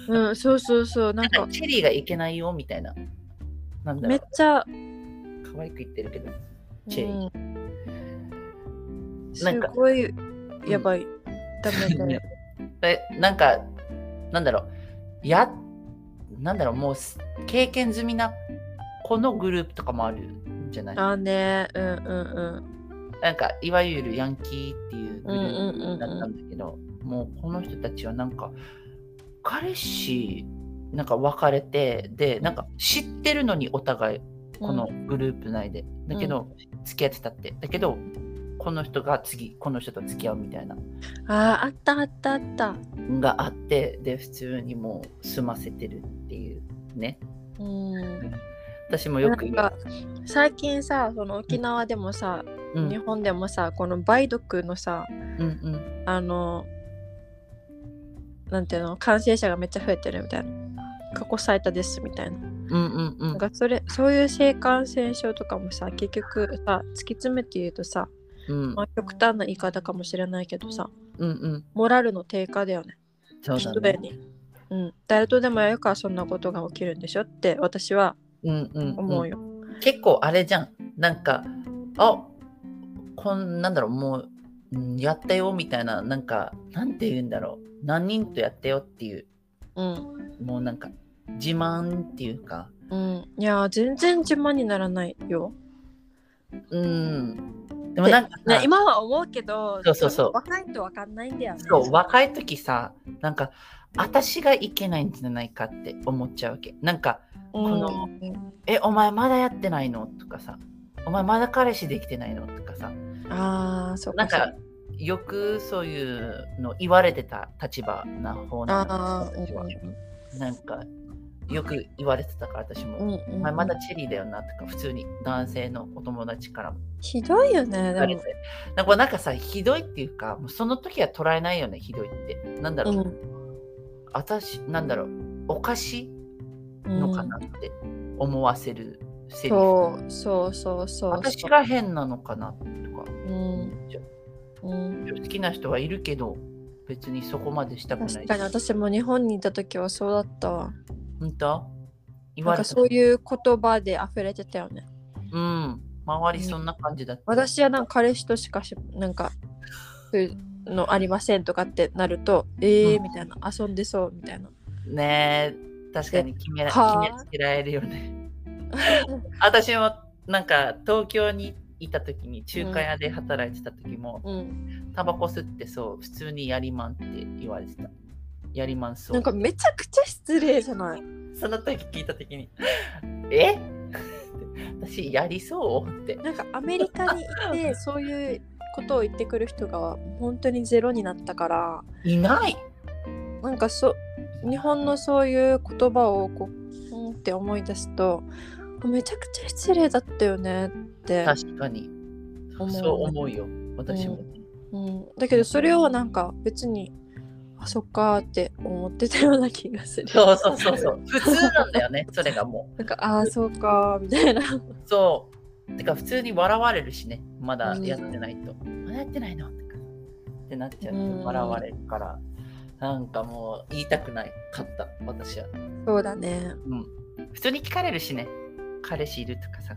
S1: えうん、そうそうそうなん
S2: なん
S1: か
S2: かチェリーがいけないよみたいななんだろ
S1: めっ
S2: う
S1: ちゃ、
S2: 可愛く言ってるけどチェリー
S1: うん、す
S2: なんか
S1: ごいやばい、ダメ
S2: <laughs>
S1: だよ、
S2: えなんかなんだろうやなんだろうもうす経験済みなこのグループとかもあるんじゃない
S1: あーねうんうん
S2: なんかいわゆるヤンキーっていうグ
S1: うんう
S2: ルー
S1: んうんうん
S2: プだったんだけど、もうこの人たちはなんか彼氏なんか別れてでなんか知ってるのにお互い
S1: うん
S2: このグループ内で、だけど付き合ってたってだけどこの人が次この人と付き合うみたいな
S1: あーあったあったあった
S2: のがあってで普通にもう済ませてるっていうね
S1: うん
S2: 私もよ
S1: な
S2: く
S1: んか最近さその沖縄でもさ、
S2: うん
S1: 日本でもさこの梅毒のさ
S2: うんうん
S1: あのなんていうの感染者がめっちゃ増えてるみたいな過去最多ですみたいな
S2: うんうんう
S1: なん
S2: ん
S1: かそれそういう性感染症とかもさ結局さ突き詰めて言うとさ、
S2: うん
S1: まあ、極端な言い方かもしれないけどさ
S2: うんうん
S1: モラルの低下だよね
S2: そう
S1: す
S2: だ
S1: で
S2: ね
S1: に、うん、誰とでもやるからそんなことが起きるんでしょって私は
S2: うんうんうん
S1: 思うよ、
S2: 結構あれじゃんなんかあこんなんだろうもううんやったよみたいななんかなんて言うんだろう何人とやったよっていう
S1: うん
S2: もうなんか自慢っていうか
S1: うん、いやー全然自慢にならないよ、
S2: うんでもなんかさ
S1: ね、今は思うけど
S2: そうそうそう
S1: 若いと分かんないんだよね
S2: そう若い時さなんか私がいけないんじゃないかって思っちゃうわけなんか
S1: うん、
S2: この「えお前まだやってないの?」とかさ「お前まだ彼氏できてないの?」とかさ
S1: ああそう
S2: なん
S1: かそう
S2: かよくそういうの言われてた立場な方なの
S1: あー
S2: 私は
S1: うんうん
S2: なんかよく言われてたから私
S1: う
S2: も
S1: ん
S2: 「
S1: う
S2: お
S1: ん
S2: 前まだチェリーだよな」とか普通に男性のお友達からも
S1: ひどいよね
S2: 言
S1: で
S2: われ
S1: も
S2: てなんかなんかさひどいっていうかもうその時は捉えないよねひどいってなんだろう、
S1: うん
S2: 私なんだろうおかしい
S1: うん
S2: のかなって思わせるセリフ、
S1: そうそうそうそう
S2: 私が変なのかなとか
S1: うんうん、
S2: 好きな人はいるけど別にそこまでしたくない
S1: 確かに私も日本にいた時はそうだったわ
S2: 本当言
S1: な
S2: わ
S1: ん
S2: れ
S1: か
S2: た
S1: そういう言葉で溢れてたよね
S2: うん周りそんな感じだった、
S1: 私はなんか彼氏としかしなんかそういうのありませんとかってなるとええ
S2: う
S1: ー、
S2: ん
S1: みたいな遊んでそうみたいな
S2: ねえ確かに決めら
S1: はあ <laughs>
S2: 決めつけられるよね私もなんか東京にいた時に中華屋で働いてた時も、
S1: うん、
S2: タバコ吸ってそう普通にやりまんって言われてたやりまんそう
S1: なんかめちゃくちゃ失礼じゃない
S2: その時聞いた時に「え私やりそう?」って
S1: なんかアメリカにい
S2: <laughs>
S1: てそういうことを言ってくる人が本当にゼロになったから
S2: いない
S1: なんかそ日本のそういう言葉をこううんって思い出すとめちゃくちゃ失礼だったよねって、
S2: 確かに
S1: 思う
S2: そう思うよ私も、
S1: うん、だけどそれをなんか別にあそっかーって思ってたような気がする
S2: そうそうそうそう普通なんだよねそれがも
S1: なんかああそうかーみたいな
S2: うそうてか普通に笑われるしねまだやってないと、まだやってないのとかってなっちゃう
S1: う
S2: と
S1: ん
S2: 笑われるから、なんかもう言いたくないかった私は
S1: そうだね
S2: 普通に聞かれるしね彼氏いるとかさ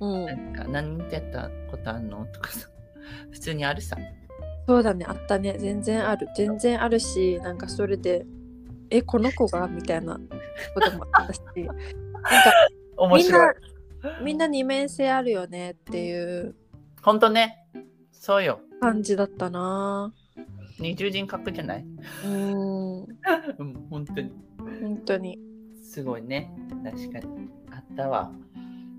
S1: う
S2: なんんか何人とやったことあんのとかさ <laughs> 普通にあるさ
S1: そうだねあったね全然ある全然あるしなんかそれでえこの子がみたいなこともあった
S2: <laughs>
S1: しなんか
S2: 面
S1: みん
S2: 白
S1: ないみんな二面性あるよねっていう
S2: ほんとねそうよ
S1: 感じだったな
S2: 二重人格じゃない <laughs>
S1: うん本
S2: うん本当に
S1: 当に
S2: すごいね確かにあったわ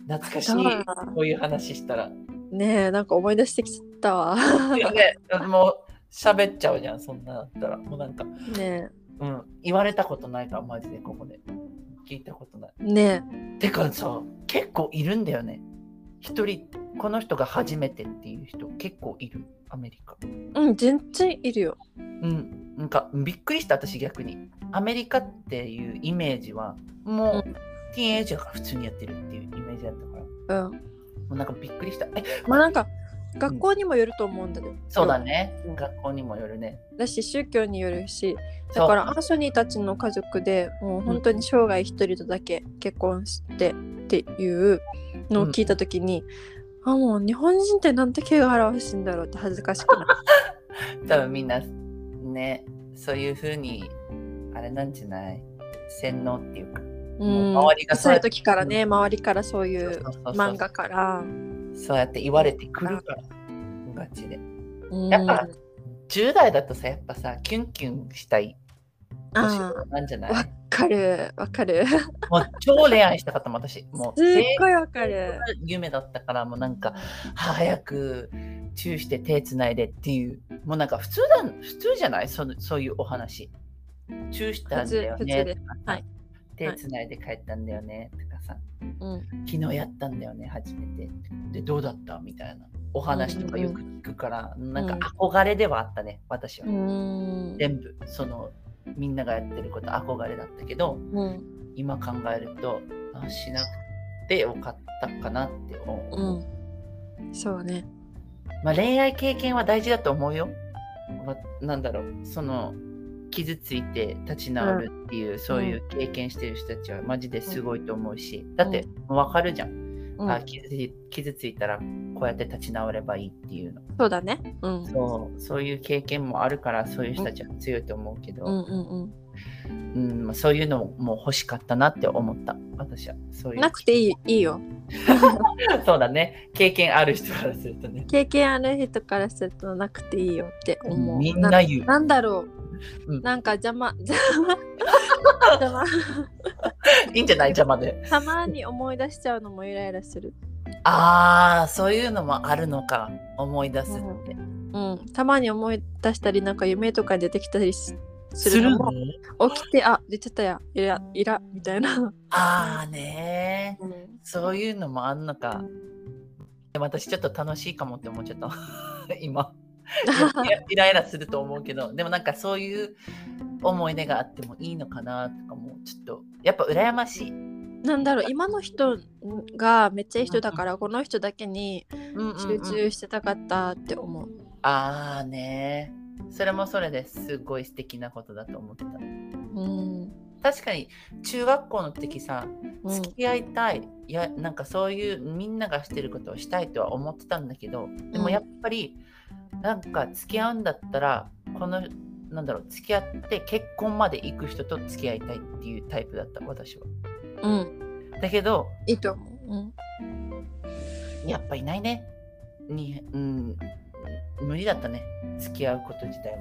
S2: 懐かしい
S1: だか
S2: こういう話したら
S1: らねえなんか思い出してきちゃったわ <laughs>
S2: ねもう喋っちゃうじゃんそんなだったらもうなんか、
S1: ね
S2: うん、言われたことないからマジでここで聞いたことない
S1: えね
S2: てかさ結構いるんだよね一人この人が初めてっていう人結構いるアメリカ
S1: えうん全然いるよ
S2: うんなんかびっくりした私逆にアメリカっていうイメージはもう、
S1: う
S2: ティーンエイジャーから普通にやってるっていうイメージだったからも
S1: うん
S2: うなんかびっくりしたえ
S1: まあなんか学校にもよると思うんだけど、
S2: そうだね、
S1: うん
S2: 学校にもよるね
S1: だし宗教によるし
S2: そ
S1: だ
S2: う
S1: からアンソニーたちの家族でもう本当に生涯一人とだけ結婚してっていうのを聞いた時に、あもう日本人ってなんて毛が表しいんだろうって恥ずかしくな
S2: <laughs>
S1: る
S2: 多分みんなねそういうふうにあれなんじゃない洗脳っていうか、
S1: うん
S2: 周りが
S1: そういう
S2: そう
S1: 時からね周りからそうい
S2: や
S1: う
S2: そうそうそうそう
S1: 漫画から
S2: そうやって言われてくるからガチで
S1: うん
S2: やっぱ10代だとさやっぱさキュンキュンしたい年
S1: あ
S2: 頃なんじゃな
S1: ーわ
S2: い
S1: かるわかる
S2: もう超恋愛したかったもん
S1: <laughs>
S2: 私もう
S1: すっ
S2: 全
S1: ごいわかる
S2: 夢だったからもうなんか早くチューして手つないでっていうもうなんか普通だ普通じゃないそのそういうお話チューしたんだよ
S1: 普通
S2: ね
S1: 普通で
S2: とかさ
S1: はい
S2: 手つないで帰ったんだよねとかさ
S1: うん
S2: 昨日やったんだよね初めてでどうだったみたいなお話とかよく聞くから、なんか憧れではあったね私は、
S1: うん
S2: 全部そのみんながやってること憧れだったけど
S1: うん
S2: 今考えるとあしなくてよかったかなって思う、
S1: うんそうね
S2: まあ、恋愛経験は大事だと思うよ、まなんだろうその傷ついて立ち直るっていう、そういう経験してる人たちはマジですごいと思うし、だって分かるじゃん
S1: うん
S2: あ傷つい傷ついたらこうやって立ち直ればいいっていうの
S1: そうだねうん
S2: そうそういう経験もあるからそういう人たちは強いと思うけ
S1: うん
S2: ど、
S1: うん
S2: うんまあそういうのも欲しかったなって思った私はそう
S1: う
S2: い
S1: ん
S2: う
S1: なくていいいいよ
S2: そうだね経験ある人からするとね
S1: 経験ある人からするとなくていいよって思う。
S2: みんな言う
S1: ななんだろう、
S2: うん
S1: なんか邪魔 <laughs> 邪魔邪魔
S2: いいんじゃない邪魔で
S1: たまに思い出しちゃうのもイライラする。
S2: ああそういうのもあるのか思い出すって、
S1: うん、たまに思い出したりなんか夢とかに出てきたりすするのも起きてあ出ちゃったやイライラみたいな。
S2: ああねーそういうのもあんのかでも私ちょっと楽しいかもって思っちゃった <laughs> 今いやイライラすると思うけどでもなんかそういう思い出があってもいいのかなとかもちょっとやっぱ羨ましい、
S1: なんだろう今の人がめっちゃいい人だからこの人だけに
S2: うんうんう
S1: 集
S2: ん
S1: 中してたかったって思う。
S2: ああねそれもそれですごい素敵なことだと思ってた
S1: うん
S2: 確かに中学校の時さ
S1: うん
S2: 付き合いたい,、いやなんかそういうみんながしてることをしたいとは思ってたんだけどでもやっぱり、なんか付き合うんだったらこのなんだろう付き合って結婚まで行く人と付き合いたいっていうタイプだった私は
S1: うん
S2: だけど
S1: いいと思う。うん
S2: やっぱいないねに、うん、無理だったね付き合うこと自体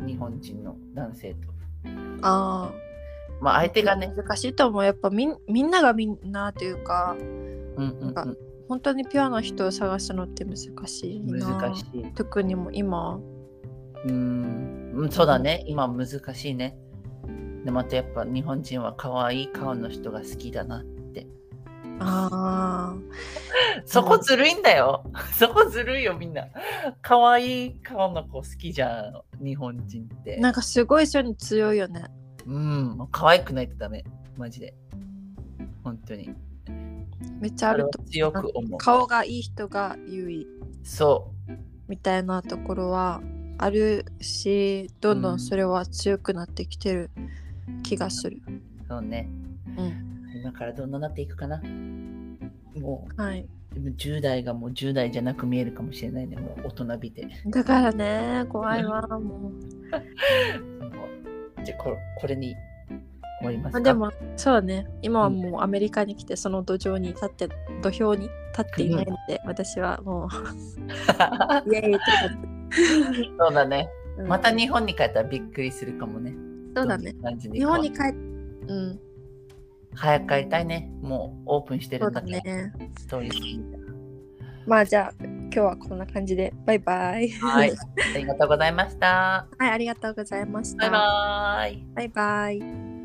S2: も日本人の男性と
S1: ああ
S2: まあ相手がね、
S1: 難しいと思うやっぱみんみんながみんなというか
S2: うんうん
S1: なんか本当にピュアな人を探すのって難しい
S2: うん、
S1: な
S2: 難しい
S1: 特にもう今
S2: うんうんそうだね今難しいねでまたやっぱ日本人は可愛い顔の人が好きだな
S1: あ
S2: そこずるいんだよ <laughs> そこずるいよみんな可愛い顔の子好きじゃん日本人って
S1: あなんかすごいそういうの強いよね
S2: うんもう可愛くないとダメマジで本当に
S1: めっちゃあると
S2: それは強く思う
S1: 顔がいい人が優位
S2: そ
S1: みたいなところはあるしどんどんそれは強くなってきてる気がする、
S2: うそうね
S1: うん
S2: 今からどんななっていくかなも
S1: はい、
S2: うでも10代がもう10代じゃなく見えるかもしれないねもう大人びても
S1: だからね怖いわもう
S2: うじゃあここれに終わりま
S1: ま
S2: すか
S1: あでもそうね今はもうアメリカに来てその土壌に立って土俵に立っていないので、私はもうイエーイ <laughs> って
S2: <laughs> そうだね
S1: こと、うん
S2: また日本に帰ったらびっくりするかもね
S1: そうだね
S2: どんな感じで
S1: 日
S2: 行くか
S1: 本に帰っうん
S2: 早く帰りたいねもうオープンして
S1: そ
S2: る
S1: うん
S2: だ
S1: だ
S2: から
S1: ね
S2: ストーリー
S1: まあじゃあ今日はこんな感じでバイバイ
S2: はい
S1: <laughs> は、
S2: ありがとうございました。
S1: いありがとうございました
S2: バイバーイ。
S1: バイバイ